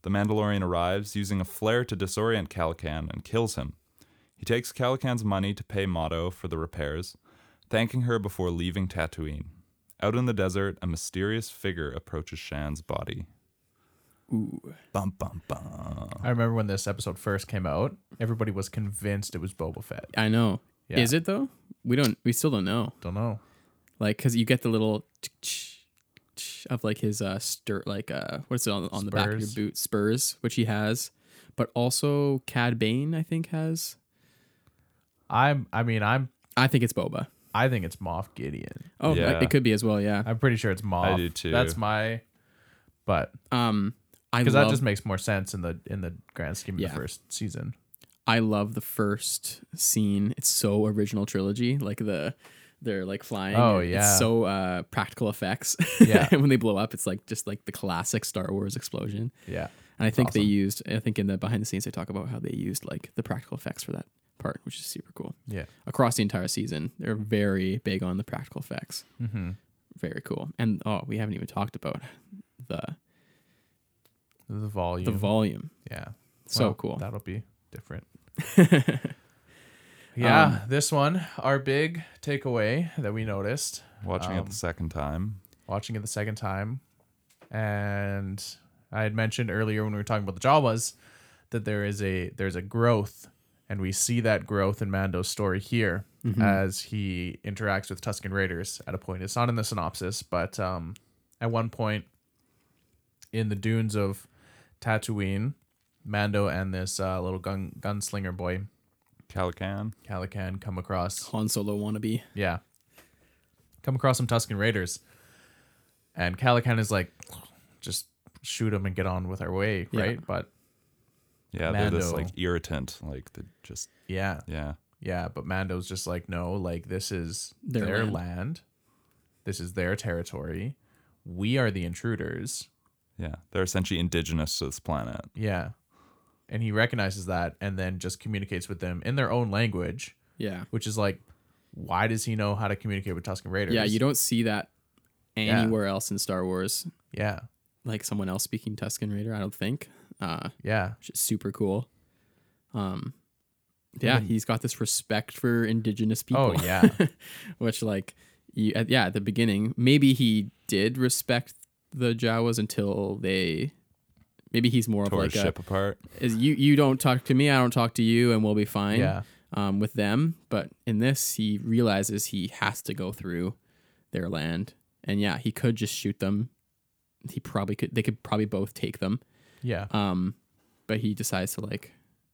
S3: The Mandalorian arrives using a flare to disorient Calican and kills him. He takes Calican's money to pay Motto for the repairs, thanking her before leaving Tatooine. Out in the desert, a mysterious figure approaches Shan's body.
S2: Ooh.
S3: Bum bum bum.
S1: I remember when this episode first came out, everybody was convinced it was Boba Fett.
S2: I know.
S1: Yeah.
S2: Is it though? We don't. We still don't know.
S1: Don't know.
S2: Like, cause you get the little tch, tch of like his uh stir like uh what's it on on the back of your
S1: Spurs.
S2: boot spurs which he has, but also Cad Bane I think has.
S1: I'm. I mean, I'm.
S2: I think it's Boba.
S1: I think it's Moff Gideon.
S2: Oh,
S3: Yeah.
S2: it could be as well. Yeah.
S1: I'm pretty sure it's Moff.
S3: I do too.
S1: That's my. But
S2: Um, I
S1: because
S2: love.
S1: that just makes more sense in the in the grand scheme of
S2: Yeah.
S1: the first season.
S2: I love the first scene. It's so original trilogy, like the they're like flying.
S1: Oh,
S2: It's
S1: yeah.
S2: so uh, practical effects.
S1: Yeah.
S2: and when they blow up, it's like just like the classic Star Wars explosion.
S1: Yeah.
S2: And I think they used. I think in the behind the scenes they talk about how they used like the practical effects for that part, which is super cool.
S1: Yeah.
S2: Across the entire season, they're very big on the practical effects.
S1: Mm-hmm.
S2: Very cool. And oh, we haven't even talked about the
S1: The volume.
S2: the volume.
S1: yeah.
S2: So
S1: Well,
S2: cool.
S1: That'll be different.
S2: Um,
S1: yeah, this one, our big takeaway that we noticed
S3: Watching
S2: Um,
S3: it the second time.
S1: watching it the second time, and I had mentioned earlier when we were talking about the Jawas that there is a there's a growth, and we see that growth in Mando's story here
S2: Mm-hmm.
S1: as he interacts with Tusken Raiders at a point. It's not in the synopsis, but um, at one point in the dunes of Tatooine, Mando and this uh, little gun gunslinger boy
S3: Calican.
S1: Calican come across
S2: Han Solo wannabe.
S1: yeah. Come across some Tuscan Raiders. And Calican is like, just shoot him and get on with our way,
S2: Yeah.
S1: right? But
S3: Yeah, they're this
S1: Mando.
S3: like irritant, like they just
S1: yeah,
S3: yeah.
S1: yeah. But Mando's just like, no, like this is
S2: Their
S1: their,
S2: land.
S1: land. This is their territory. We are the intruders.
S3: Yeah, they're essentially indigenous to this planet.
S1: Yeah. And he recognizes that and then just communicates with them in their own language,
S2: Yeah.
S1: which is like, why does he know how to communicate with Tusken Raiders?
S2: Yeah, you don't see that anywhere else in Star Wars.
S1: Yeah.
S2: Like someone else speaking Tusken Raider, I don't think. Uh,
S1: Yeah.
S2: which is super cool. Um, yeah, he's got this respect for indigenous people.
S1: Oh, yeah.
S2: which like, you, at, yeah, at the beginning, maybe he did respect the Jawas until they. Maybe he's more of
S3: Tore
S2: like
S3: his
S2: a,
S3: ship apart.
S2: is you you don't talk to me, I don't talk to you, and we'll be fine.
S1: Yeah.
S2: Um, with them, but in this, he realizes he has to go through their land, and yeah, he could just shoot them. He probably could. They could probably both take them.
S1: Yeah.
S2: Um, but he decides to like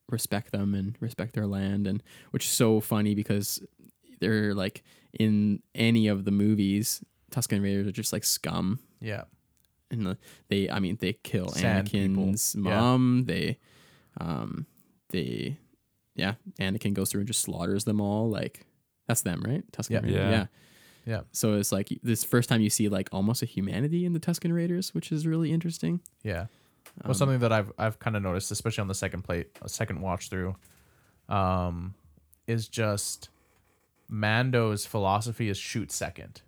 S2: respect them and respect their land, and which is so funny because they're like in any of the movies, Tuscan Raiders are just like scum
S1: Yeah.
S2: and the, they I mean they kill
S1: Sand people.
S2: Anakin's
S1: Yeah.
S2: mom. They um they yeah, Anakin goes through and just slaughters them all like that's them, right? Tusken
S1: Yeah.
S2: Raiders.
S3: Yeah.
S2: yeah.
S1: Yeah.
S2: So it's like this first time you see like almost a humanity in the Tusken Raiders, which is really interesting.
S1: Yeah. Well, something that I've I've kind of noticed, especially on the second play, uh, second watch through, um, is just Mando's philosophy is shoot second,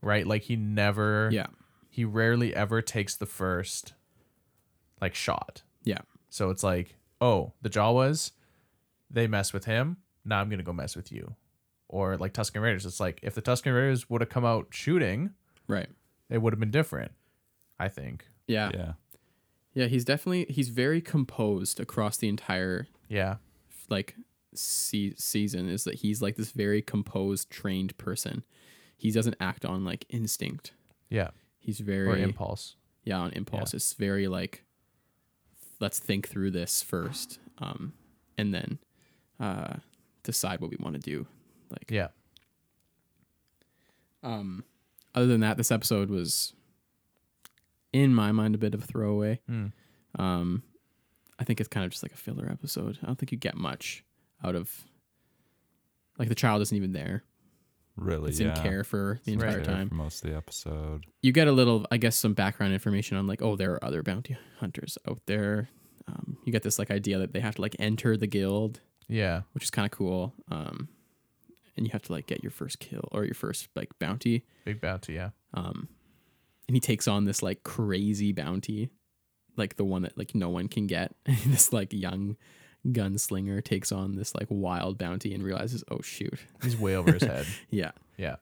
S1: right? Like he never,
S2: Yeah.
S1: he rarely ever takes the first, like shot.
S2: Yeah.
S1: So it's like, oh, the Jawas, they mess with him. Now I'm gonna go mess with you, or like Tuscan Raiders. It's like if the Tuscan Raiders would have come out shooting,
S2: Right.
S1: it would have been different. I think.
S2: Yeah. yeah.
S3: Yeah.
S2: he's definitely he's very composed across the entire
S1: Yeah.
S2: like se- season is that he's like this very composed trained person. He doesn't act on like instinct.
S1: Yeah.
S2: He's very
S1: Or impulse.
S2: yeah on impulse it's very like let's think through this first um and then uh decide what we want to do like
S1: Yeah.
S2: um other than that this episode was in my mind a bit of a throwaway
S1: Hmm.
S2: um i think it's kind of just like a filler episode i don't think you get much out of like the child isn't even there
S3: Really.
S2: it's
S3: yeah.
S2: in care for the
S1: Right.
S2: entire
S3: Care
S2: time
S3: for most of the episode.
S2: you get a little, I guess, some background information on like, oh, there are other bounty hunters out there. Um, you get this like idea that they have to like enter the guild,
S1: Yeah.
S2: which is kind of cool. Um, and you have to like get your first kill or your first like bounty.
S1: Big bounty, yeah.
S2: Um, and he takes on this like crazy bounty, like the one that like no one can get. this like young gunslinger takes on this like wild bounty and realizes, oh shoot,
S1: He's way over his head.
S2: yeah,
S1: Yeah.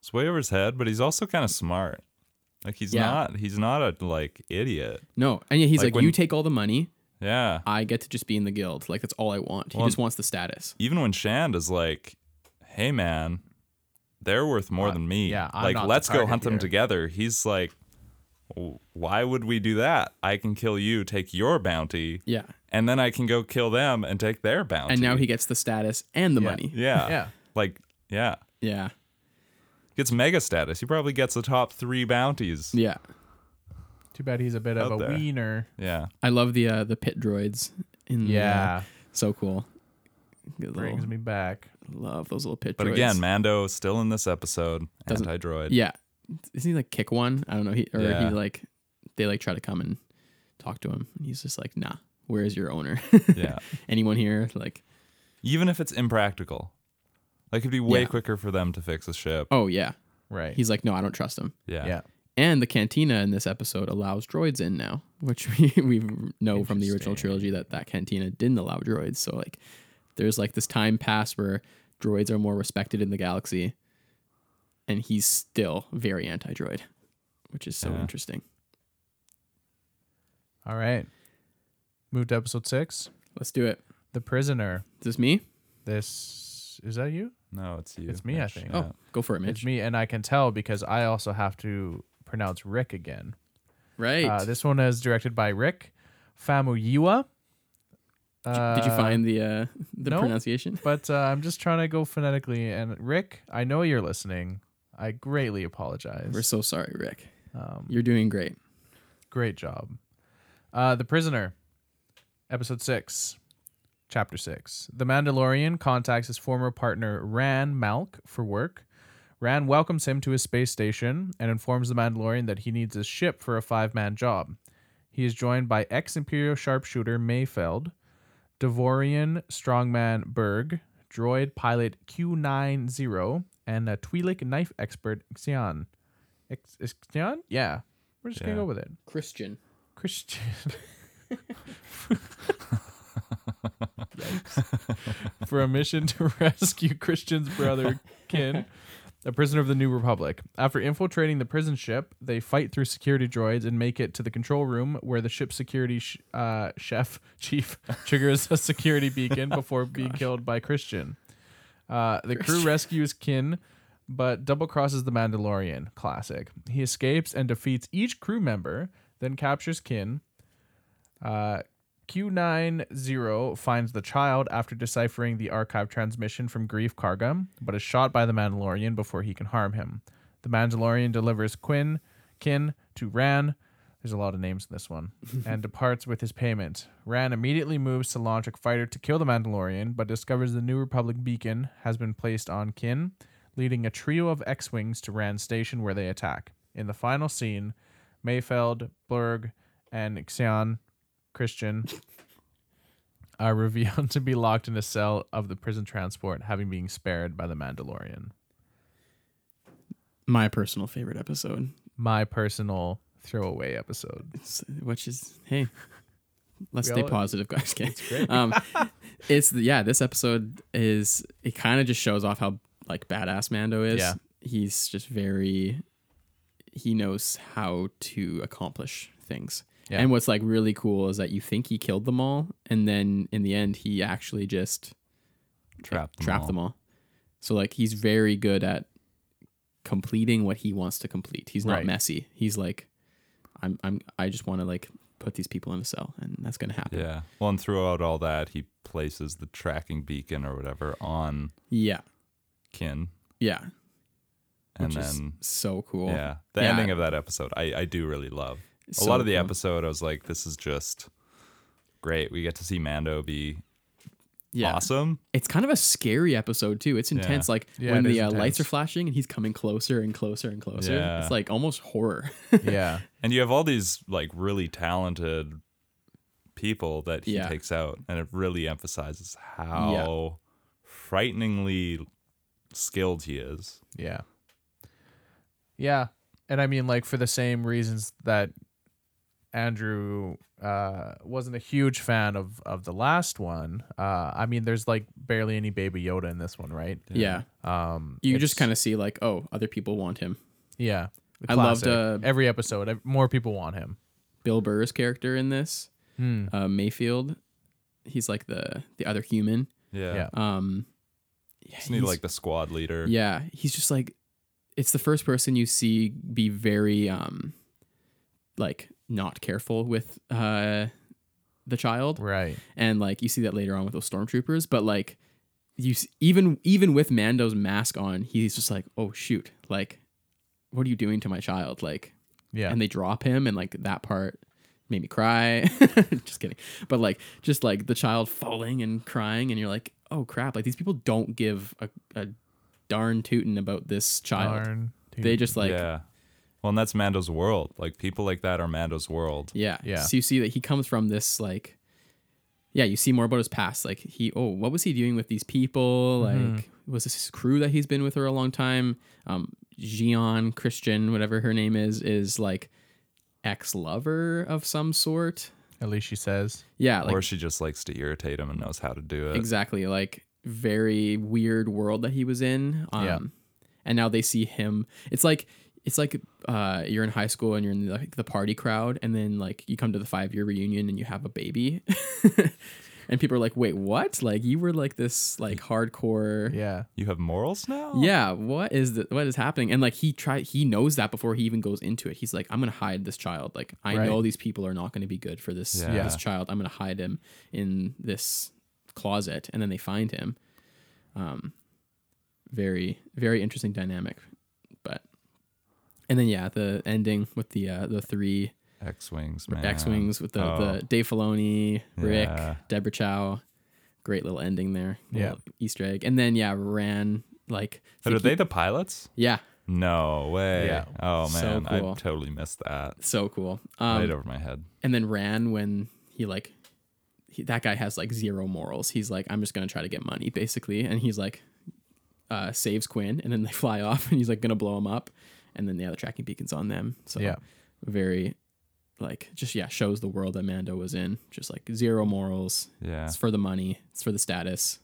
S3: It's way over his head, but he's also kind of smart. Like he's
S2: Yeah.
S3: not he's not a like idiot.
S2: no, and yeah, he's
S3: Like
S2: like,
S3: when-
S2: you take all the money,
S3: Yeah.
S2: I get to just be in the guild. Like that's all I want. He
S3: Well,
S2: just wants the status.
S3: Even when Shand is like, "Hey man, they're worth
S2: Uh,
S3: more than me.
S1: yeah, I'm
S3: like
S1: not the
S3: let's go
S1: target
S3: hunt them
S1: here."
S3: together." He's like, "W- "Why would we do that? I can kill you, take your bounty,
S2: Yeah.
S3: and then I can go kill them and take their bounty."
S2: And now he gets the status and the
S1: Yeah.
S2: money.
S3: Yeah.
S1: Yeah.
S3: Like, yeah.
S2: Yeah.
S3: Gets mega status. He probably gets the top three bounties. Yeah.
S2: Yeah.
S1: Too bad he's a bit
S3: Out
S1: of a
S3: there.
S1: wiener.
S2: I love the uh, the pit droids in the, uh,
S1: Yeah.
S2: so cool. Good
S1: Brings
S2: little-
S1: me back.
S2: love those little pit
S3: But
S2: droids.
S3: again, Mando still in this episode.
S2: Doesn't-
S3: Anti droid.
S2: Yeah. Isn't he like kick one? I don't know. He or
S3: Yeah.
S2: he like they like try to come and talk to him and he's just like, nah, where is your owner?
S3: Yeah.
S2: Anyone here? Like,
S3: Even if it's impractical. Like it'd be way
S2: Yeah.
S3: quicker for them to fix a ship.
S2: oh yeah.
S1: Right.
S2: He's like, No, I don't trust him.
S3: Yeah.
S1: yeah.
S2: And the cantina in this episode allows droids in now, which we, we know from the original
S1: Interesting.
S2: trilogy that that cantina didn't allow droids. So like, there's like this time pass where droids are more respected in the galaxy, and he's still very anti-droid, which is so
S3: Yeah.
S2: interesting.
S1: All right. Move to episode six.
S2: Let's do it.
S1: The prisoner.
S2: Is this me?
S1: This is that you?
S3: No, it's you.
S1: It's me, I
S3: Mitch.
S1: think.
S3: Yeah.
S2: Oh, go for it, Mitch.
S1: It's me, and I can tell because I also have to pronounce Rick again.
S2: Right.
S1: Uh, this one is directed by Rick Famuyiwa. Uh,
S2: Did you find the uh, the
S1: no.
S2: pronunciation?
S1: But uh, I'm just trying to go phonetically. And Rick, I know you're listening. I greatly apologize.
S2: We're so sorry, Rick.
S1: Um,
S2: You're doing great.
S1: great job. Uh, the Prisoner, Episode 6, Chapter 6. The Mandalorian contacts his former partner, Ran Malk, for work. Ran welcomes him to his space station and informs the Mandalorian that he needs his ship for a five man job. He is joined by ex Imperial sharpshooter Mayfeld, Devorian strongman Berg, droid pilot Q90, and a Twi'lek knife expert Xian. Ex- is Xian? Yeah. We're just going
S3: Yeah.
S1: to go with it.
S2: Christian.
S1: Christian. For a mission to rescue Christian's brother, Kin, a prisoner of the New Republic. After infiltrating the prison ship, they fight through security droids and make it to the control room where the ship's security sh- uh, chef, chief, triggers a security beacon before being killed by Christian. Uh, the crew rescues Kin, but double crosses the Mandalorian. Classic. He escapes and defeats each crew member, then captures Kin. Uh, Q90 finds the child after deciphering the archive transmission from Grief Karga, but is shot by the Mandalorian before he can harm him. The Mandalorian delivers Quinn, Kin to Ran. There's a lot of names in this one, and departs with his payment. Ran immediately moves to launch a fighter to kill the Mandalorian, but discovers the New Republic beacon has been placed on Kin, leading a trio of X Wings to Ran's station where they attack. In the final scene, Mayfeld, Blurg, and Xian Christian are revealed to be locked in a cell of the prison transport, having been spared by the Mandalorian.
S2: My personal favorite episode.
S1: My personal throwaway episode.
S2: It's- which is hey let's
S1: We
S2: stay
S1: all-
S2: positive guys okay um it's yeah this episode is it kind of just shows off how like badass mando is
S1: Yeah.
S2: he's just very he knows how to accomplish things
S1: Yeah.
S2: and what's like really cool is that you think he killed them all and then in the end he actually just
S3: Trap them
S2: trapped
S3: all.
S2: them all so like he's very good at completing what he wants to complete he's not
S1: Right.
S2: messy he's like i'm i'm i just want to like put these people in a cell and that's gonna happen
S3: Yeah. Well, and throughout all that, he places the tracking beacon or whatever on
S2: yeah
S3: Kin,
S2: yeah,
S3: and
S2: which
S3: then
S2: is so cool
S3: yeah, the
S2: Yeah.
S3: ending of that episode, I I do really love.
S2: So
S3: a lot of the
S2: cool.
S3: episode, I was like, this is just great. We get to see Mando be
S2: yeah
S3: awesome.
S2: it's kind of a scary episode too it's intense like
S1: Yeah,
S2: when
S1: it
S2: the
S1: is
S2: uh, lights
S1: intense.
S2: are flashing and he's coming closer and closer and closer
S3: Yeah.
S2: it's like almost horror
S1: Yeah.
S3: And you have all these like really talented people that he
S2: Yeah.
S3: takes out, and it really emphasizes how frighteningly skilled he is.
S1: Yeah. Yeah. And I mean, like, for the same reasons that Andrew uh, wasn't a huge fan of, of the last one, uh, I mean, there's like barely any Baby Yoda in this one, right?
S2: yeah,
S1: Um,
S2: you just kind of see like oh other people want him
S1: Yeah.
S2: I loved,
S1: Classic.
S2: uh,
S1: every episode. ev- More people want him.
S2: bill burr's character in this
S1: Hmm.
S2: uh, mayfield he's like the the other human
S3: Yeah.
S1: Yeah.
S2: um yeah,
S3: Just need
S2: he's-
S3: like the squad leader.
S2: yeah he's just like it's the first person you see be very um like not careful with uh the child
S1: Right.
S2: and like you see that later on with those stormtroopers but like you s- even even with mando's mask on he's just like oh shoot like what are you doing to my child like
S1: Yeah.
S2: and they drop him and like that part made me cry just kidding but like just like the child falling and crying and you're like oh crap like these people don't give a, a darn tootin about this child
S1: Darn tootin'.
S2: they just like yeah.
S3: yeah. Well, and that's Mando's world. Like people like that are Mando's world.
S2: yeah
S1: Yeah.
S2: so you see that he comes from this like yeah you see more about his past like he oh what was he doing with these people like
S1: Mm-hmm.
S2: was this his crew that he's been with for a long time um Gian Christian whatever her name is is like ex-lover of some sort
S1: At least she says.
S2: Yeah, like
S3: or she just likes to irritate him and knows how to do it.
S2: exactly, like very weird world that he was in. Um,
S1: Yeah.
S2: and now they see him. It's like it's like uh, you're in high school and you're in the, like the party crowd, and then like you come to the five year reunion and you have a baby, and people are like, "Wait, what? Like you were like this like hardcore."
S1: Yeah.
S3: You have morals now?
S1: Oh.
S2: Yeah, what is the, what is happening? And like he try he knows that before he even goes into it. He's like, I'm gonna hide this child. Like I
S1: Right.
S2: know these people are not gonna be good for this
S3: Yeah.
S2: this child. I'm gonna hide him in this closet, and then they find him. Um, very very interesting dynamic, but And then yeah, the ending with the uh, the three
S3: X Wings, man.
S2: X wings with the,
S3: Oh.
S2: the Dave Filoni, Rick,
S3: Yeah.
S2: Deborah Chow. Great little ending there.
S1: Yeah.
S2: Little Easter egg. And then yeah, Ran like
S3: But are
S2: thinking-
S3: they the pilots?
S2: Yeah,
S3: No way.
S1: Yeah.
S3: Oh
S2: So
S3: man,
S2: cool.
S3: I totally missed that.
S2: so cool.
S3: right
S2: Um,
S3: over my head.
S2: and then Ran when he like he, that guy has like zero morals. He's like, I'm just gonna try to get money basically, and he's like, uh, saves Quinn, and then they fly off, and he's like gonna blow him up, and then yeah, the other tracking beacon's on them. So
S1: Yeah.
S2: very like just yeah shows the world that Mando was in, just like zero morals.
S3: Yeah.
S2: It's for the money. It's for the status.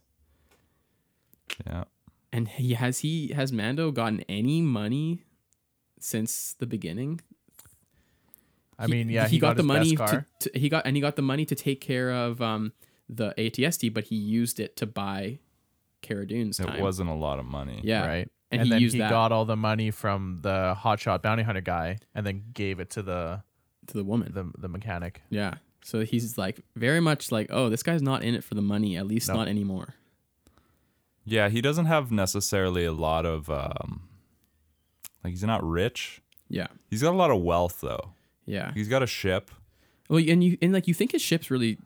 S3: Yeah.
S2: And he has he has Mando gotten any money since the beginning?
S1: I
S2: He-
S1: mean, yeah,
S2: he, got, the money.
S1: his best
S2: To,
S1: car.
S2: to- he got and he got the money to take care of um the ATST, but he used it to buy Cara Dune's time.
S3: It wasn't a lot of money.
S2: yeah,
S1: right? And,
S2: and he
S1: then
S2: used
S1: he
S2: that-
S1: got all the money from the hotshot bounty hunter guy, and then gave it to the
S2: to the woman.
S1: the, the mechanic.
S2: yeah, so he's like very much like, oh, this guy's not in it for the money, at least
S1: No.
S2: not anymore.
S3: Yeah, he doesn't have necessarily a lot of um like he's not rich.
S2: Yeah,
S3: He's got a lot of wealth though.
S2: yeah.
S3: He's got a ship.
S2: Well, and you and like you think his ship's really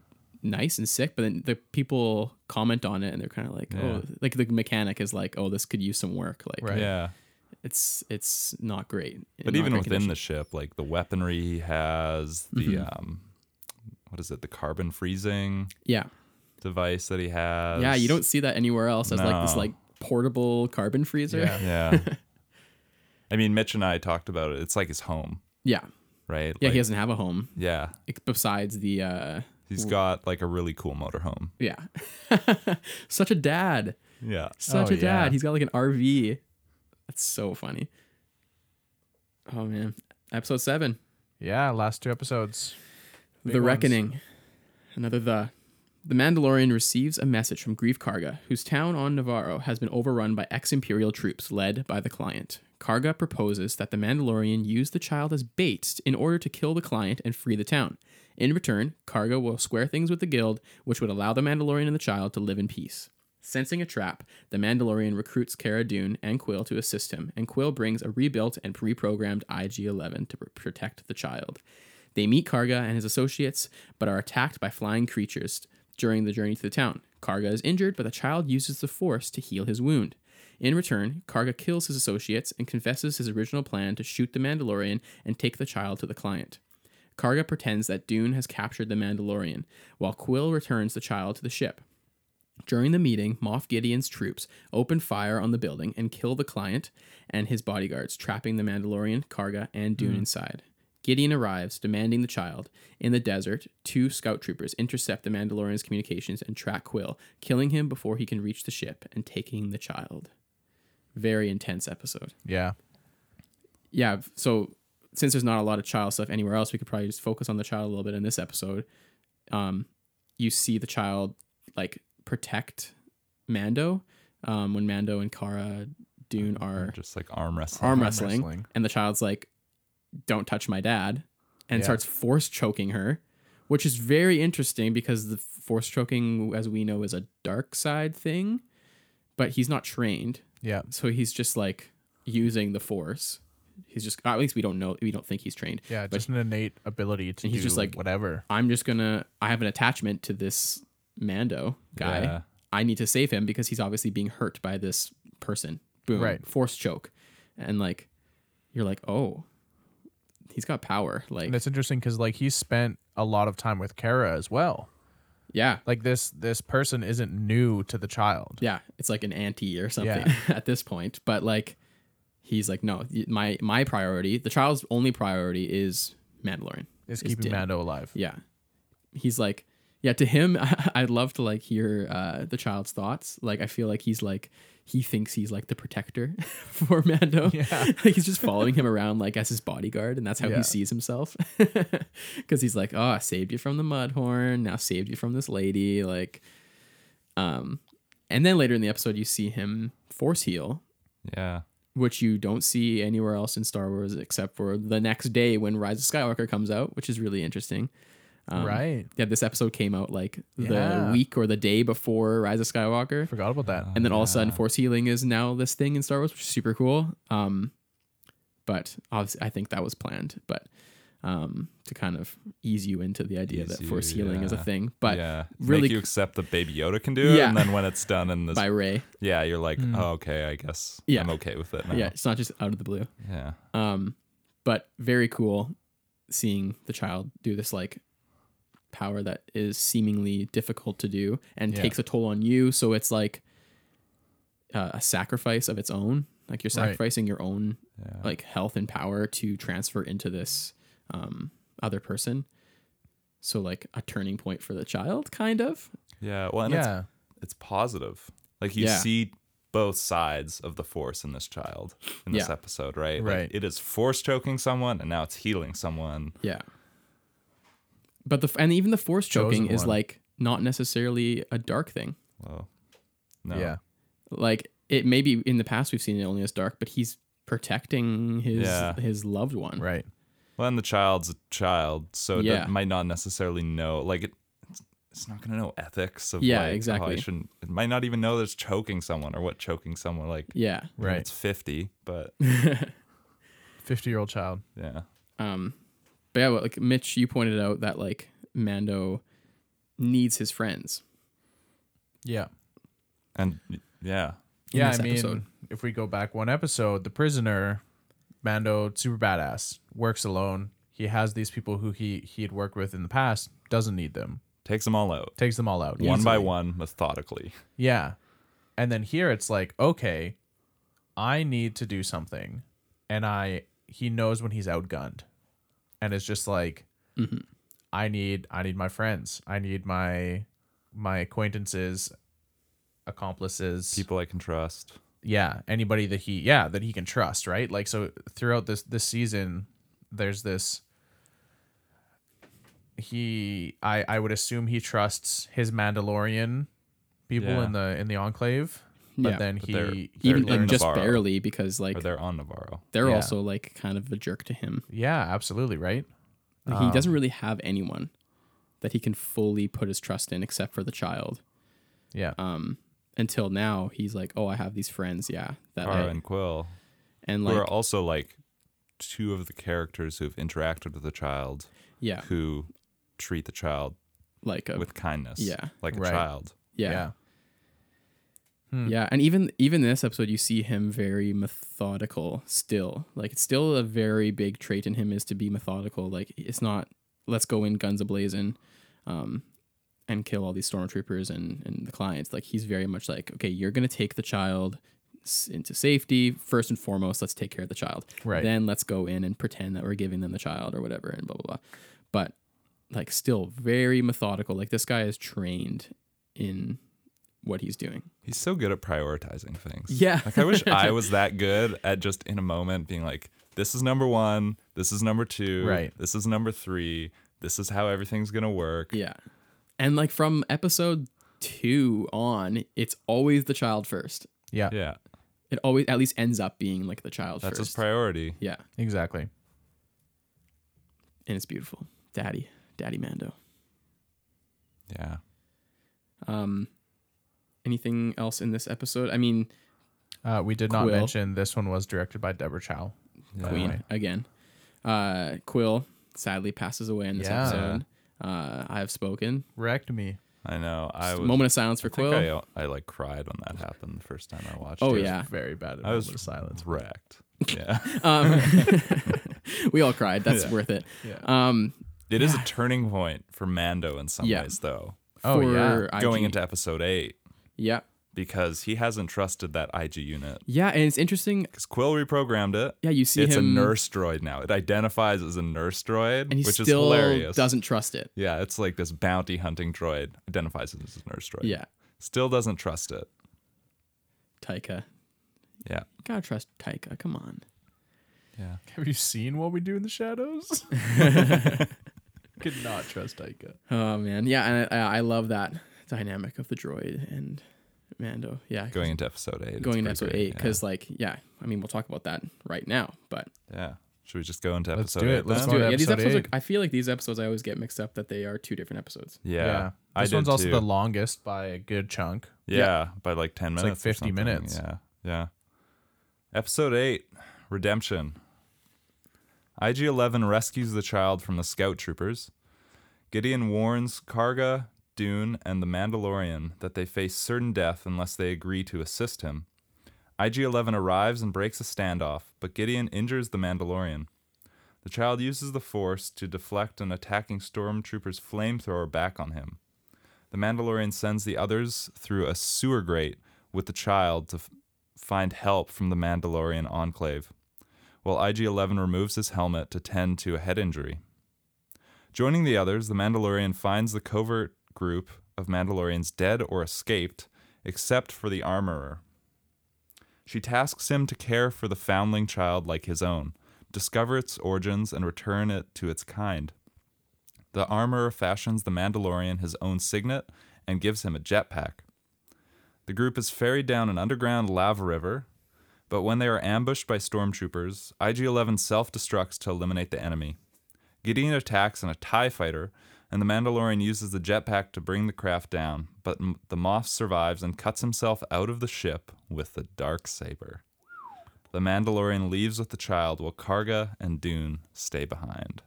S2: nice and sick, but then the people comment on it and they're kind of like,
S3: Yeah.
S2: oh, like the mechanic is like, oh, this could use some work. Like,
S1: Right.
S3: Yeah.
S2: it's it's not great.
S3: But even within the ship, like the weaponry he has, the
S2: Mm-hmm.
S3: um what is it, the carbon freezing
S2: yeah,
S3: device that he has.
S2: yeah, you don't see that anywhere else as like this
S3: No.
S2: like portable carbon freezer.
S1: Yeah.
S3: Yeah. I mean Mitch and I talked about it. It's like his home,
S2: yeah,
S3: right?
S2: Yeah,
S3: Like,
S2: he doesn't have a home
S3: Yeah.
S2: ex- besides the uh,
S3: He's got like a really cool motorhome.
S2: yeah, such a dad,
S3: Yeah.
S2: such
S1: Oh,
S2: a dad.
S1: yeah.
S2: He's got like an RV. That's so funny. Oh man, episode seven.
S1: Yeah, last two episodes. Big
S2: the
S1: ones.
S2: Reckoning. Another the. The Mandalorian receives a message from Grief Karga, whose town on Navarro has been overrun by ex Imperial troops led by the client. Karga proposes that the Mandalorian use the child as bait in order to kill the client and free the town. In return, Karga will square things with the guild, which would allow the Mandalorian and the child to live in peace. Sensing a trap, the Mandalorian recruits Cara Dune and Quill to assist him, and Quill brings a rebuilt and pre programmed IG 11 to pr- protect the child. They meet Karga and his associates, but are attacked by flying creatures during the journey to the town. Karga is injured, but the child uses the force to heal his wound. In return, Karga kills his associates and confesses his original plan to shoot the Mandalorian and take the child to the client. Karga pretends that Dune has captured the Mandalorian, while Quill returns the child to the ship. During the meeting, Moff Gideon's troops open fire on the building and kill the client and his bodyguards, trapping the Mandalorian, Karga, and Dune inside. Gideon arrives, demanding the child. In the desert, two scout troopers intercept the Mandalorian's communications and track Quill, killing him before he can reach the ship and taking the child. Very intense episode.
S1: Yeah.
S2: Yeah, so since there's not a lot of child stuff anywhere else, we could probably just focus on the child a little bit in this episode. Um, you see the child like protect Mando um, when Mando and Kara Dune are
S3: Just like arm wrestling.
S2: arm
S1: arm
S2: wrestling,
S1: wrestling.
S2: and the child's like, "Don't touch my dad," and
S1: Yeah.
S2: starts force choking her, which is very interesting because the force choking, as we know, is a dark side thing, but he's not trained,
S1: Yeah.
S2: so he's just like using the force. He's just at least we don't know we don't think he's trained.
S1: Yeah. Just an innate ability to
S2: And he's
S1: do
S2: just like-
S1: whatever.
S2: I'm just gonna I have an attachment to this Mando guy.
S3: Yeah.
S2: I need to save him because he's obviously being hurt by this person. Boom.
S1: Right.
S2: Force choke. And like you're like, oh, he's got power. Like
S1: And it's interesting because like he spent a lot of time with Kara as well.
S2: yeah.
S1: Like this this person isn't new to the child.
S2: Yeah. It's like an auntie or something at this point. But like he's like, no, my my priority, the child's only priority is Mandalorian.
S1: Is
S2: Is
S1: keeping
S2: dead.
S1: Mando alive.
S2: Yeah. He's like, yeah, to him, I'd love to like hear uh, the child's thoughts. Like, I feel like he's like, he thinks he's like the protector for Mando.
S1: Yeah.
S2: like, he's just following him around like as his bodyguard, and that's how
S1: Yeah.
S2: he sees himself. Because he's like, oh, I saved you from the mudhorn. Now saved you from this lady. Like, um, and then later in the episode, you see him force heal
S3: Yeah.
S2: which you don't see anywhere else in Star Wars except for the next day when Rise of Skywalker comes out, which is really interesting. Um,
S1: Right.
S2: Yeah, this episode came out like the
S1: Yeah.
S2: week or the day before Rise of Skywalker.
S1: Forgot
S2: uh,
S1: about that.
S2: And then all of a sudden, force healing is now this thing in Star Wars, which is super cool. Um, but obviously I think that was planned, but um, to kind of ease you into the idea
S3: Ease
S2: that
S3: you,
S2: force healing is a
S3: yeah.
S2: thing, but
S3: yeah, really
S2: really
S3: make you accept that Baby Yoda can do it,
S2: Yeah.
S3: and then when it's done in this,
S2: by Ray,
S3: yeah, you're like,
S1: Hmm.
S3: oh, okay, I guess
S2: Yeah.
S3: I'm okay with it now.
S2: yeah, it's not just out of the blue.
S3: yeah.
S2: Um, but very cool seeing the child do this like power that is seemingly difficult to do and
S1: Yeah.
S2: takes a toll on you. So it's like uh, a sacrifice of its own. Like you're
S1: Right.
S2: sacrificing your own
S3: Yeah.
S2: like health and power to transfer into this um, other person. So like a turning point for the child, kind of.
S3: Yeah, well, and
S1: yeah.
S3: it's it's positive. Like you
S2: Yeah.
S3: see both sides of the force in this child in this
S2: Yeah.
S3: episode, right?
S1: Right.
S3: Like, it is force choking someone, and now it's healing someone.
S2: Yeah. But the and even the force
S1: Chosen
S2: choking is
S1: one.
S2: like not necessarily a dark thing.
S3: Well, no,
S1: Yeah.
S2: like it maybe in the past we've seen it only as dark but he's protecting his
S3: Yeah.
S2: his loved one
S1: Right.
S3: Well, and the child's a child, so
S2: Yeah.
S3: it might not necessarily know. Like it, it's- it's not going to know ethics of
S2: Yeah,
S3: like, oh, I
S2: exactly.
S3: shouldn't. It might not even know that it's choking someone or what choking someone. Like
S2: yeah
S3: when
S1: Right.
S3: it's fifty, but
S1: Fifty year old child.
S3: yeah,
S2: um but yeah well, like mitch you pointed out that like mando needs his friends
S1: Yeah.
S3: and yeah,
S2: in
S1: yeah,
S2: this
S1: I mean,
S2: episode.
S1: if we go back one episode, the prisoner, Mando, super badass, works alone. He has these people who he he had worked with in the past, doesn't need them,
S3: takes them all out
S1: takes them all out
S3: one by
S1: easily.
S3: one, methodically.
S1: Yeah, and then here it's like, okay, I need to do something, and I he knows when he's outgunned, and it's just like,
S3: Mm-hmm.
S1: I need I need my friends, I need my my acquaintances, accomplices,
S3: People I can trust.
S1: yeah anybody that he yeah that he can trust right like so throughout this this season there's this he i i would assume he trusts his mandalorian people
S3: Yeah.
S1: in the in the enclave but
S2: Yeah.
S1: then
S3: But
S1: he
S3: they're-
S2: even
S3: they're
S2: like just
S3: Navarro.
S2: barely because like
S3: Or
S2: they're,
S3: they're on Navarro.
S1: yeah.
S2: also like kind of a jerk to him
S1: yeah absolutely right
S2: Like,
S3: Um.
S2: he doesn't really have anyone that he can fully put his trust in except for the child
S1: yeah
S2: um until now he's like oh i have these friends yeah that
S3: Navarro
S2: I,
S3: and Quill.
S2: and
S3: who
S2: like
S3: are also like two of the characters who've interacted with the child
S2: yeah
S3: who treat the child
S2: like a
S3: with kindness.
S2: yeah.
S3: Like a
S1: Right.
S3: child.
S1: yeah,
S2: yeah Yeah, and even even in this episode, you see him very methodical. Still, like it's still a very big trait in him is to be methodical. Like it's not let's go in guns ablazing, um, and kill all these stormtroopers and and the clients. Like he's very much like okay, you're gonna take the child s- into safety first and foremost. Let's take care of the child.
S1: Right.
S2: Then let's go in and pretend that we're giving them the child or whatever and blah blah blah. But like still very methodical. Like this guy is trained in what he's doing.
S3: He's so good at prioritizing things.
S2: Yeah.
S3: Like I wish I was that good at just in a moment being like, this is number one, this is number two,
S1: Right.
S3: this is number three, this is how everything's gonna work.
S2: Yeah. And like from episode two on, it's always the child first.
S1: yeah
S3: Yeah.
S2: It always at least ends up being like the child
S3: That's his
S2: first.
S3: priority.
S2: yeah.
S1: exactly
S2: And it's beautiful. Daddy. Daddy Mando.
S3: Yeah.
S2: Um anything else in this episode? I mean,
S1: uh we did not
S2: Quill.
S1: mention this one was directed by deborah chow
S3: Yeah.
S2: Queen
S1: way.
S2: again. Uh Quill sadly passes away in this
S1: Yeah.
S2: episode. Uh I have spoken.
S1: wrecked me
S3: I know. I
S2: Just a
S3: was
S2: moment of silence for
S3: I think
S2: Quill.
S3: I, uh, I like cried when that happened the first time I watched
S2: Oh,
S3: it.
S2: yeah.
S1: very bad at
S3: I was
S1: moment of silence
S3: wrecked. Yeah.
S2: um we all cried. That's worth it.
S1: Yeah.
S2: Um
S3: It is a turning point for Mando in some
S2: Yeah.
S3: ways, though.
S1: Oh,
S2: for
S1: yeah.
S2: IG
S3: Going into episode eight,
S2: Yeah.
S3: because he hasn't trusted that IG unit.
S2: Yeah, and it's interesting.
S3: Because Quill reprogrammed it.
S2: Yeah, you see
S3: it's
S2: him
S3: a nurse droid now. It identifies as a nurse droid,
S2: and he
S3: which
S2: still
S3: is hilarious.
S2: doesn't trust it.
S3: Yeah, it's like this bounty hunting droid identifies as a nurse droid.
S2: Yeah,
S3: Still doesn't trust it.
S2: Taika,
S3: Yeah.
S2: you gotta trust Taika. Come on,
S3: Yeah.
S1: have you seen what we do in the shadows could not trust Ika.
S2: oh man, yeah, and I, I love that dynamic of the droid and Mando. Yeah,
S3: Going into episode eight. it's
S2: going into
S3: pretty
S2: episode
S3: great.
S2: eight because, like, yeah, I mean, we'll talk about that right now, but
S3: Yeah. Yeah. Should we just go into
S1: Let's
S3: episode
S1: do
S3: eight?
S1: it. Let's
S3: then?
S1: do it.
S2: yeah, these
S1: episode
S2: episodes.
S1: eight.
S2: Are, I feel like these episodes I always get mixed up that they are two different episodes.
S3: Yeah.
S1: Yeah.
S3: I
S1: This
S3: did
S1: one's also
S3: too.
S1: the longest by a good chunk.
S3: Yeah, by like 10
S1: It's like
S3: minutes. or
S1: 50
S3: something.
S1: minutes.
S3: Yeah. Yeah. Episode 8, Redemption. IG 11 rescues the child from the scout troopers. Gideon warns Karga, Dune, and the Mandalorian that they face certain death unless they agree to assist him. IG 11 arrives and breaks a standoff, but Gideon injures the Mandalorian. The child uses the Force to deflect an attacking stormtrooper's flamethrower back on him. The Mandalorian sends the others through a sewer grate with the child to f- find help from the Mandalorian enclave, while IG 11 removes his helmet to tend to a head injury. Joining the others, the Mandalorian finds the covert group of Mandalorians dead or escaped, except for the armorer. She tasks him to care for the foundling child like his own, discover its origins, and return it to its kind. The armorer fashions the Mandalorian his own signet and gives him a jetpack. The group is ferried down an underground lava river, but when they are ambushed by stormtroopers, IG 11 self destructs to eliminate the enemy. Gideon attacks in a TIE fighter, and the Mandalorian uses the jetpack to bring the craft down, but m- the Moth survives and cuts himself out of the ship with the dark saber. The Mandalorian leaves with the child while Karga and Dune stay behind.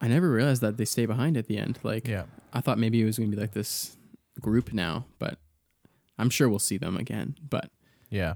S2: I never realized that they stay behind at the end. Like,
S1: Yeah.
S2: I thought maybe it was going to be like this group now, but I'm sure we'll see them again. But
S1: Yeah.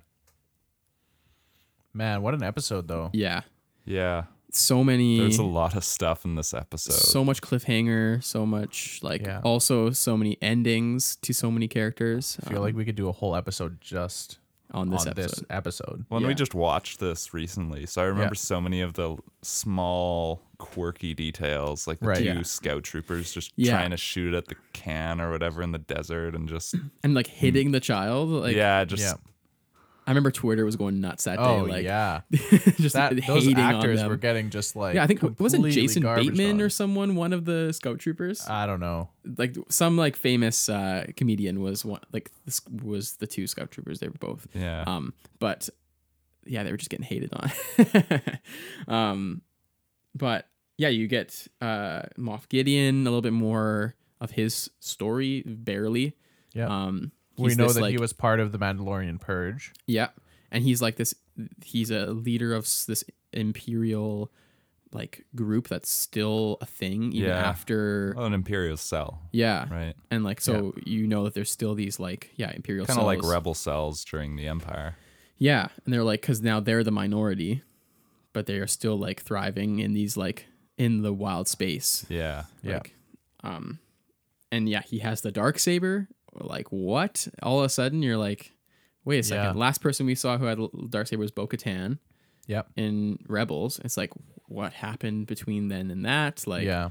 S1: Man, what an episode though.
S2: yeah,
S3: Yeah,
S2: so many.
S3: there's a lot of stuff in this episode.
S2: so much cliffhanger, so much like
S1: Yeah.
S2: also so many endings to so many characters.
S1: I feel
S2: um,
S1: like we could do a whole episode just
S2: on this
S1: on
S2: episode.
S1: this episode.
S3: Well, and
S2: Yeah.
S3: we just watched this recently, so I remember so many of the small quirky details, like the
S1: Right.
S3: two
S1: Yeah.
S3: scout troopers just
S2: Yeah.
S3: trying to shoot at the can or whatever in the desert, and just
S2: and like hitting the child. Like
S3: yeah, just
S1: Hmm. yeah.
S2: I remember Twitter was going nuts that day.
S1: Oh
S2: like
S1: yeah.
S2: just
S1: That those
S2: hating on
S1: actors
S2: them.
S1: were getting just like
S2: yeah, I think wasn't
S1: completely
S2: Jason
S1: garbaged
S2: Bateman
S1: on. Uh,
S2: or someone one of the scout troopers?
S1: I don't know.
S2: like some like famous uh, comedian was one like this was the two scout troopers. They were both.
S3: yeah.
S2: Um, but yeah, they were just getting hated on. um, but yeah, you get uh Moff Gideon a little bit more of his story barely.
S1: Yeah.
S2: Um,
S1: we
S2: he's
S1: know
S2: this,
S1: that
S2: like,
S1: he was part of the Mandalorian purge.
S2: Yeah, and he's like this. He's a leader of s- this imperial like group that's still a thing even
S3: Yeah.
S2: after.
S1: Uh,
S3: Oh, an imperial cell,
S2: yeah.
S3: right?
S2: And like so, you know that there's still these like yeah imperial
S3: Kind of like
S2: cells.
S3: rebel cells during the empire.
S2: Yeah, and they're like, because now they're the minority, but they are still like thriving in these like in the wild space.
S3: Yeah,
S1: Yeah.
S2: Like, um, and yeah, he has the dark saber. Like what? All of a sudden, you're like, wait a second.
S1: Yeah.
S2: Last person we saw who had dark saber was Bo Katan
S1: Yep.
S2: in Rebels. It's like, what happened between then and that? Like,
S1: yeah.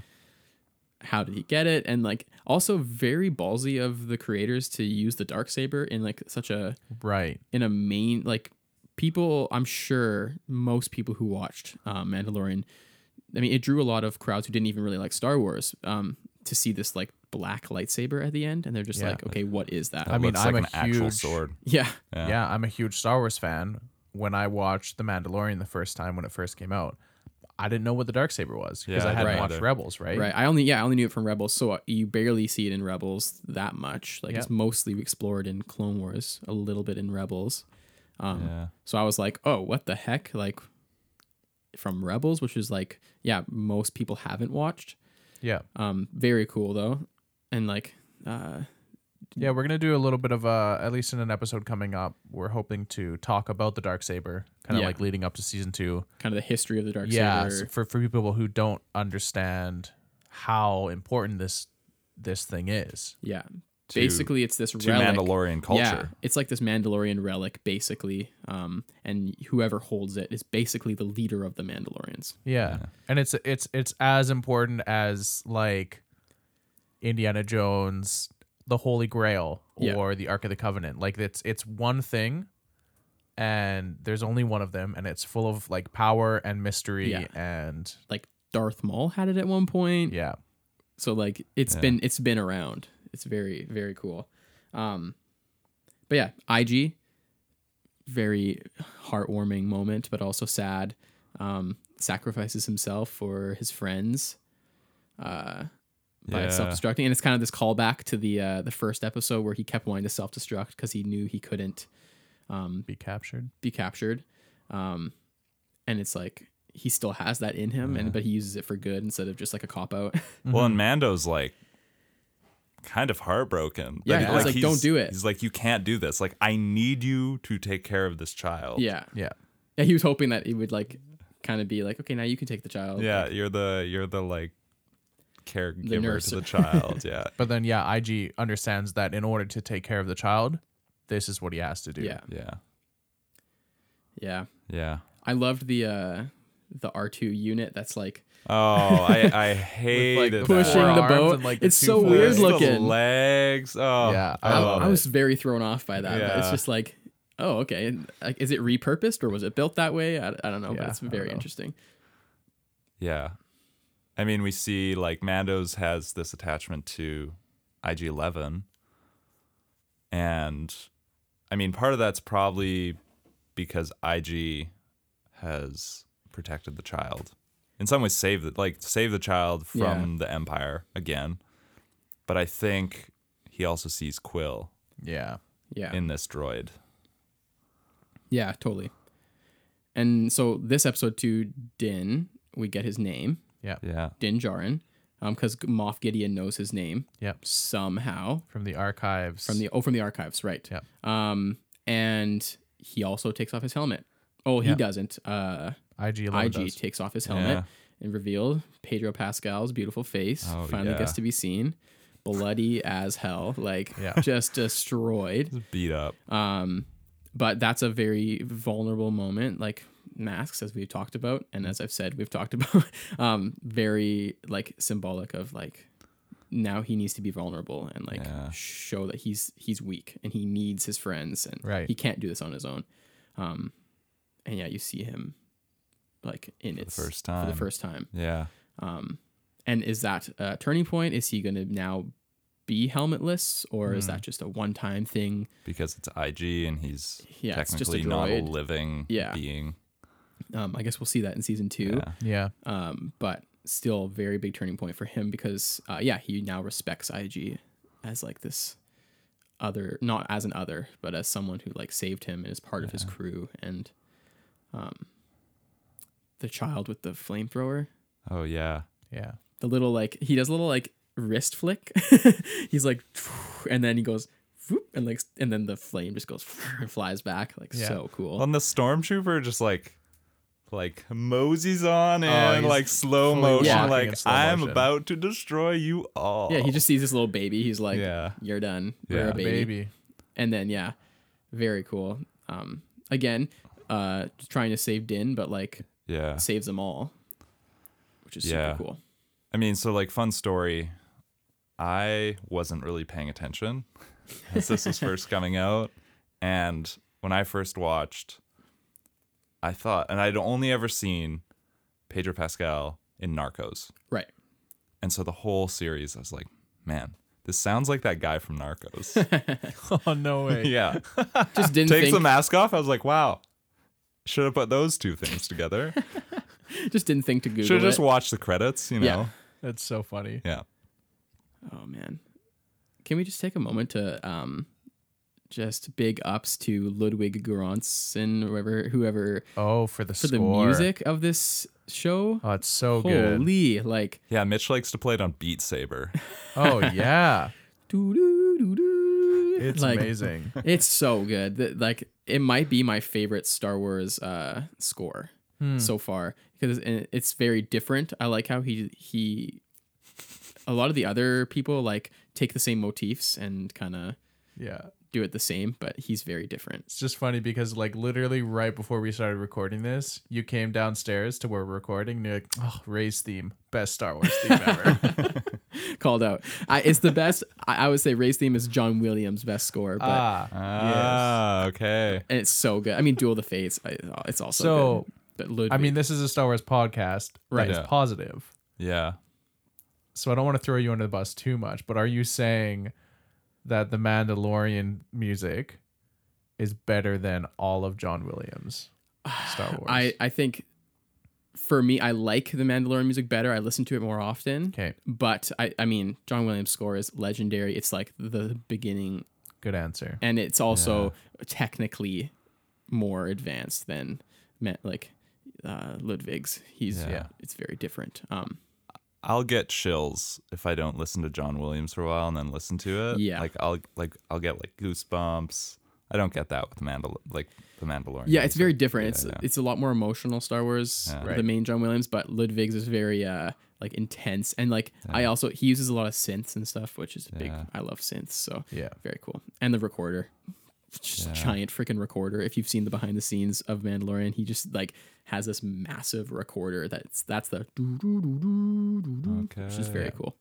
S2: how did he get it? And like, also very ballsy of the creators to use the dark saber in like such a
S1: Right.
S2: in a main like people i'm sure most people who watched um, mandalorian i mean it drew a lot of crowds who didn't even really like star wars um, to see this like black lightsaber at the end and they're just
S1: Yeah. Uh,
S2: like okay what is that
S3: That
S1: I mean,
S3: looks
S1: I'm
S3: like
S1: a
S3: an actual
S1: huge-
S3: sword.
S2: yeah
S3: Yeah.
S1: Yeah. I'm a huge Star Wars fan. When I watched The Mandalorian the first time when it first came out, I didn't know what the dark saber was because
S3: Yeah, I
S1: I hadn't
S2: didn't
S1: watched
S3: either.
S1: Rebels, right?
S2: right i only yeah i only knew it from rebels so uh, you barely see it in rebels that much like it's
S1: Yep.
S2: mostly explored in clone wars a little bit in rebels um,
S3: Yeah.
S2: So I was like, oh, what the heck? Like from Rebels, which is like, yeah, most people haven't watched.
S1: Yeah.
S2: Um, very cool though. And like, uh,
S1: Yeah, we're gonna do a little bit of uh at least in an episode coming up, we're hoping to talk about the dark saber, kind of
S2: Yeah.
S1: like leading up to season two.
S2: kind of the history of the dark
S1: yeah,
S2: saber.
S1: so for for people who don't understand how important this this thing is.
S2: Yeah.
S3: To-
S2: basically it's this
S3: To
S2: relic.
S3: Mandalorian
S2: Yeah,
S3: culture.
S2: it's like this Mandalorian relic, basically. Um, and whoever holds it is basically the leader of the Mandalorians.
S1: Yeah. And it's it's it's as important as like Indiana Jones, the Holy Grail,
S2: Yeah.
S1: or the Ark of the Covenant. Like it's it's one thing and there's only one of them and it's full of like power and mystery
S2: Yeah.
S1: and
S2: Like Darth Maul had it at one point.
S1: yeah.
S2: So like it's been it's been around. It's very very cool. Um but yeah, IG very heartwarming moment but also sad. Um sacrifices himself for his friends uh by
S3: Yeah.
S2: self-destructing and it's kind of this callback to the uh the first episode where he kept wanting to self-destruct cuz he knew he couldn't um
S1: Be captured.
S2: be captured. Um, and it's like he still has that in him, and but he uses it for good instead of just like a cop out.
S3: Well,
S2: Mm-hmm.
S3: and Mando's like kind of heartbroken.
S2: Yeah,
S3: That-
S2: he's like, "Don't
S3: he's-
S2: do it."
S3: He's like, you can't do this. Like, I need you to take care of this child.
S2: yeah,
S1: Yeah.
S2: yeah. He was hoping that he would like kind of be like, okay, now you can take the child.
S3: Yeah, you're the you're the like caregiver
S2: nurse.
S3: to the child. Yeah.
S1: But then yeah, IG understands that in order to take care of the child, this is what he has to do.
S2: yeah,
S3: yeah.
S2: yeah.
S3: Yeah.
S2: I loved the uh the R two unit that's like
S3: Oh, I I hated
S1: the
S3: that.
S2: pushing
S1: four
S2: the
S1: arms
S2: boat.
S1: and, like, the
S2: it's
S1: two
S2: so
S1: foot-
S2: weird
S1: It's
S3: the
S2: looking.
S3: legs. Oh,
S1: Yeah,
S3: I,
S1: I-
S3: love
S2: I
S3: it.
S2: was very thrown off by that. But it's
S3: Yeah.
S2: just like, oh, okay. And, Like, is it repurposed or was it built that way? I, I don't know,
S1: Yeah,
S2: but it's
S1: I don't
S2: very
S1: know.
S2: interesting.
S3: Yeah. I mean, we see like Mando's has this attachment to IG 11. And I mean, part of that's probably because IG has protected the child. In some ways, save the, like save the child from the Empire again. But I think he also sees Quill
S1: Yeah.
S2: Yeah.
S3: in this droid.
S2: yeah, totally. And so this episode two, Din, we get his name,
S1: Yeah.
S3: Yeah.
S2: Din Djarin, because Moff Gideon knows his name
S1: Yeah.
S2: somehow
S1: From the archives.
S2: from the oh from the archives, right?
S1: Yep.
S2: Um, and he also takes off his helmet. Oh, he
S1: Yeah.
S2: doesn't. Uh,
S1: IG
S2: IG
S1: IG.
S2: takes off his helmet
S3: Yeah.
S2: and revealed Pedro Pascal's beautiful face
S3: Oh,
S2: finally
S3: yeah.
S2: gets to be seen, bloody as hell, like
S1: Yeah.
S2: just destroyed.
S3: Beat up.
S2: Um, but that's a very vulnerable moment, like masks, as we've talked about, and as I've said, we've talked about, um, very like symbolic of like now he needs to be vulnerable and like
S3: Yeah.
S2: show that he's he's weak and he needs his friends and
S1: Right.
S2: he can't do this on his own. Um, and yeah, you see him like in its
S3: first
S2: for
S3: time.
S2: the first time.
S3: yeah.
S2: Um, and is that a turning point? Is he going to now be helmetless, or
S3: Hmm.
S2: is that just a one-time thing?
S3: Because it's IG and he's
S2: Yeah, it's just a
S3: technically not a
S2: droid.
S3: living
S2: Yeah.
S3: being.
S2: Um, I guess we'll see that in season two.
S3: Yeah.
S1: Yeah.
S2: Um, but still, very big turning point for him because, uh, yeah, he now respects IG as like this other, not as an other, but as someone who like saved him and is part of his crew. And um, the child with the flamethrower,
S3: Oh, yeah.
S1: Yeah.
S2: the little like he does a little like wrist flick. He's like, and then he goes. whoop, And like, and then the flame just goes and flies back, like
S1: Yeah.
S2: so cool.
S3: on the stormtrooper just like like moseys on and
S1: he's
S3: like slow
S1: fully
S3: motion
S2: Oh, walking
S3: like
S1: in slow
S3: i'm
S1: motion.
S3: about to destroy you all
S2: Yeah, he just sees this little baby. He's like,
S3: Yeah.
S2: "You're done.
S3: Yeah.
S2: You're a
S1: Baby.
S2: baby. And then yeah, very cool. Um, again, uh, trying to save Din, but like
S3: yeah
S2: saves them all, which is
S3: Yeah.
S2: super cool.
S3: i mean so like fun story i wasn't really paying attention as this was first coming out and when i first watched i thought and i'd only ever seen pedro pascal in narcos
S2: Right.
S3: and so the whole series i was like man this sounds like that guy from narcos
S1: Oh no way.
S3: yeah
S2: Just didn't
S3: takes
S2: think.
S3: the mask off. I was like, wow, should have put those two things together.
S2: Just didn't think to Google
S3: should have just
S2: it.
S3: watched the credits, you
S2: Yeah.
S3: know?
S1: That's so funny.
S3: Yeah.
S2: oh man, can we just take a moment to um, just big ups to Ludwig Göransson, whoever, whoever,
S1: Oh, for the
S2: for the
S1: score.
S2: music of this show.
S1: Oh, it's so good.
S2: Holy, like
S3: yeah. Mitch likes to play it on Beat Saber.
S1: Oh yeah.
S2: Doo-doo-doo-doo.
S1: It's
S2: Like,
S1: amazing.
S2: It's so good. Th- Like it might be my favorite Star Wars uh, score
S1: Hmm.
S2: so far because it- it's very different. I like how he he. A lot of the other people like take the same motifs and kind of
S1: Yeah.
S2: do it the same, but he's very different.
S1: It's just funny because like literally right before we started recording this, you came downstairs to where we're recording and you're like, oh, Ray's theme. Best Star Wars theme ever.
S2: Called out. I, it's the best. I, I would say Ray's theme is John Williams' best score, but
S1: ah.
S3: Ah, okay.
S2: and it's so good. I mean, Duel of the Fates. I, it's also
S1: So,
S2: good. But Ludwig,
S1: I mean, this is a Star Wars podcast.
S2: Right.
S1: It's
S3: Yeah.
S1: positive.
S3: Yeah.
S1: so I don't want to throw you under the bus too much, but are you saying that the Mandalorian music is better than all of John Williams Star Wars?
S2: I, I think for me, I like the Mandalorian music better. I listen to it more often.
S1: okay,
S2: But I, I mean, John Williams' score is legendary. It's like the beginning,
S1: good answer.
S2: and it's also technically more advanced than Ma- like uh, Ludwig's. He's
S3: Yeah.
S2: it's very different. Um,
S3: I'll get chills if I don't listen to John Williams for a while and then listen to it.
S2: Yeah.
S3: like I'll like I'll get like goosebumps. I don't get that with Mandal like the Mandalorian.
S2: yeah, it's very different.
S3: Yeah,
S2: it's
S3: yeah.
S2: it's a lot more emotional Star Wars,
S3: Yeah.
S2: the
S1: Right.
S2: main John Williams, but Ludwig's is very uh like intense and like I also he uses a lot of synths and stuff, which is a big.
S3: Yeah.
S2: I love synths, so
S1: Yeah.
S2: very cool. And the recorder, just a giant freaking recorder. If you've seen the behind the scenes of Mandalorian, he just like has this massive recorder that's that's the doo doo doo doo doo doo, which
S1: Oh,
S2: is very
S3: Okay.
S2: cool.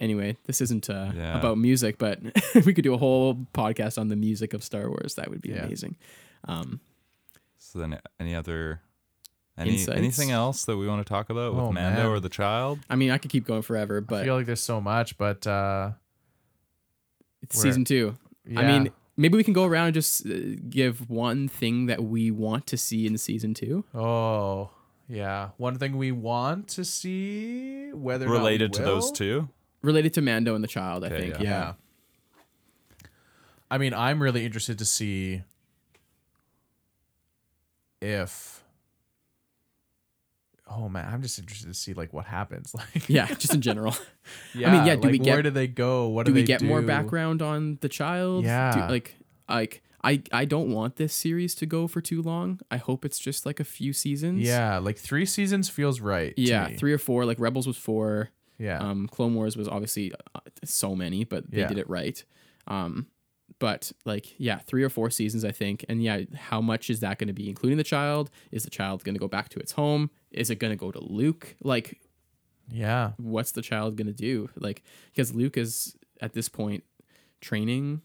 S2: Anyway, this isn't uh,
S3: Yeah.
S2: about music, but we could do a whole podcast on the music of Star Wars. That would be
S1: Yeah.
S2: amazing. Um,
S3: So then, any other any
S2: Insights?
S3: anything else that we want to talk about with
S1: Oh,
S3: Mando
S1: man.
S3: or the child?
S2: I mean, I could keep going forever,
S1: I
S2: but
S1: feel like there's so much, but uh,
S2: it's
S1: we're-
S2: season two. I
S1: yeah.
S2: mean, maybe we can go around and just uh, give one thing that we want to see in season two.
S1: oh yeah. One thing we want to see, whether or not we
S3: Related to those
S1: will?
S3: two?
S2: related to Mando and the child. I
S3: Okay,
S2: think.
S3: yeah.
S2: Yeah.
S1: Yeah. I mean, I'm really interested to see if Oh man, I'm just interested to see like what happens. Like
S2: yeah, just in general.
S1: yeah,
S2: yeah, do we
S1: like, where
S2: get-
S1: do they go? What do,
S2: do we
S1: they
S2: get more
S1: do?
S2: background on the child? Do-
S1: Yeah.
S2: like, like I, I don't want this series to go for too long. I hope it's just like a few seasons.
S1: Yeah, like 3 seasons feels right. to
S2: Yeah,
S1: me.
S2: three or four. Like Rebels was four.
S1: Yeah.
S2: Um, Clone Wars was obviously uh, so many, but they
S1: Yeah.
S2: did it right. Um, but like, yeah, three or four seasons, I think. And yeah, how much is that going to be, including the child? Is the child going to go back to its home? Is it going to go to Luke? Like,
S1: yeah.
S2: what's the child going to do? Like, because Luke is at this point training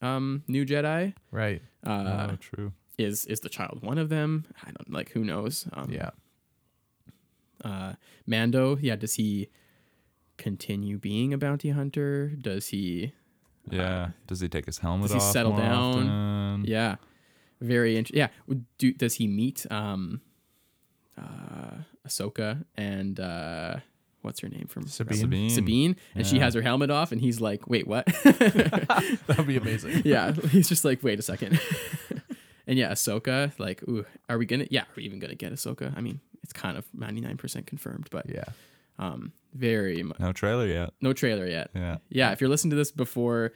S2: um new Jedi.
S1: Right.
S2: Uh,
S3: oh, true.
S2: Is is the child one of them? I don't like. Who knows? Um,
S1: Yeah.
S2: uh Mando, yeah, does he continue being a bounty hunter? Does he
S3: Yeah. does he take his helmet
S2: does he
S3: off?
S2: settle
S3: more
S2: down?
S3: often?
S2: yeah. Very interesting. Yeah, would- do does he meet um uh Ahsoka and uh what's her name from
S1: Sabine.
S3: Sabine.
S2: Sabine and she
S3: Yeah.
S2: has her helmet off and he's like, "Wait, what?"
S1: That'd be amazing.
S2: yeah, he's just like, "Wait a second. and yeah, Ahsoka, like, ooh, are we going to yeah, are we even going to get Ahsoka? I mean, it's kind of 99% confirmed, but
S1: Yeah.
S2: um very mu-
S3: No trailer yet.
S2: no trailer yet.
S3: Yeah.
S2: yeah, if you're listening to this before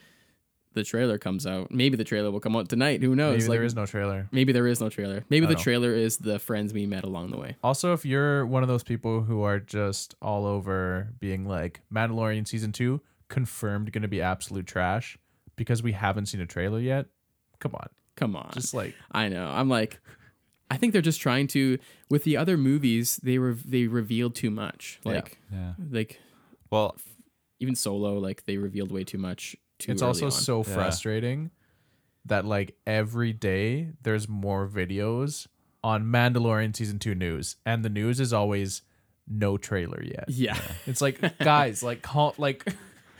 S2: the trailer comes out, maybe the trailer will come out tonight. Who knows?
S1: Maybe
S2: like,
S1: there is no trailer.
S2: maybe there is no trailer. Maybe the
S3: know.
S2: trailer is the friends we met along the way.
S1: Also, if you're one of those people who are just all over being like Mandalorian season two confirmed going to be absolute trash because we haven't seen a trailer yet, come on,
S2: Come on.
S1: just like
S2: I know. I'm like I think they're just trying to with the other movies, they were they revealed too much.
S1: Yeah.
S2: Like
S3: Yeah.
S2: like
S3: Well,
S2: even solo, like they revealed way too much too
S1: it's
S2: early
S1: also
S2: on.
S1: so
S3: Yeah.
S1: frustrating that like every day there's more videos on Mandalorian season two news, and the news is always no trailer yet.
S2: Yeah.
S1: It's like guys, like call, like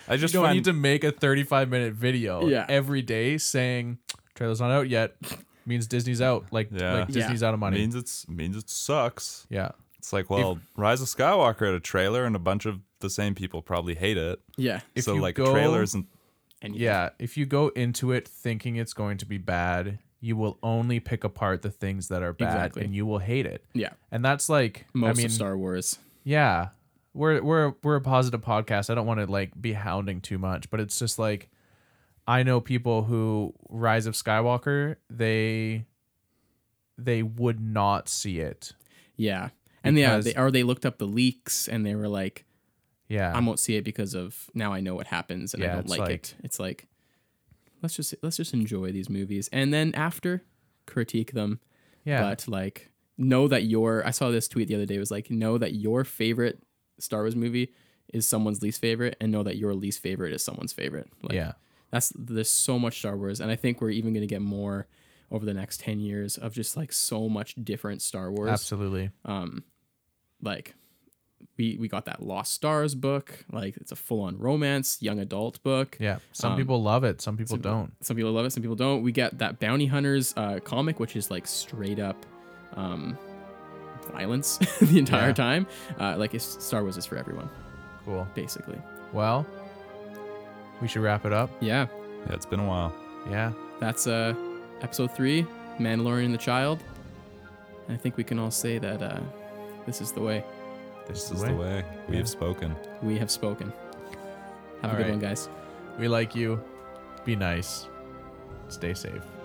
S3: I
S1: you
S3: just
S1: don't
S3: find
S1: need to make a 35 minute video
S2: Yeah.
S1: every day saying trailer's not out yet means Disney's out like
S3: Yeah.
S1: like Disney's out of money.
S3: means it's means it sucks.
S1: yeah.
S3: It's like, well, Rise of Skywalker had a trailer, and a bunch of the same people probably hate it.
S2: Yeah.
S1: If
S3: so
S1: you
S3: like
S1: go-
S3: trailers and
S2: And
S1: Yeah, if you go into it thinking it's going to be bad, you will only pick apart the things that are bad
S2: Exactly.
S1: and you will hate it.
S2: Yeah.
S1: And that's like
S2: Most
S1: I mean,
S2: of Star Wars.
S1: yeah. We're we're we're a positive podcast. I don't want to like be hounding too much, but it's just like I know people who Rise of Skywalker, they they would not see it.
S2: Yeah. And yeah,
S1: Because-
S2: they, or they looked up the leaks and they were like,
S1: Yeah.
S2: I won't see it because of now I know what happens and I
S1: Yeah,
S2: don't
S1: it's
S2: like,
S1: like-
S2: it. It's like let's just let's just enjoy these movies and then after critique them.
S1: yeah.
S2: But like know that your I saw this tweet the other day it was like know that your favorite Star Wars movie is someone's least favorite and know that your least favorite is someone's favorite. Like
S1: yeah.
S2: that's there's so much Star Wars and I think we're even going to get more over the next 10 years of just like so much different Star Wars
S1: Absolutely.
S2: um like we we got that lost stars book like it's a full-on romance young adult book
S1: Yeah. Some
S2: Um,
S1: people love it, some people don't.
S2: some people love it some people don't we get that bounty hunters uh comic which is like straight up um violence the entire
S1: Yeah.
S2: time uh like it's, star wars is for everyone
S1: Cool.
S2: basically
S1: Well, we should wrap it up.
S2: yeah
S3: yeah, it's been a while.
S1: Yeah.
S2: that's uh episode three mandalorian and the child I think we can all say that uh, this is the way.
S3: This is the way we
S1: Yeah.
S3: have spoken.
S2: We have spoken. Have a
S1: All
S2: good
S1: right.
S2: one, guys.
S1: We like you. Be nice. Stay safe.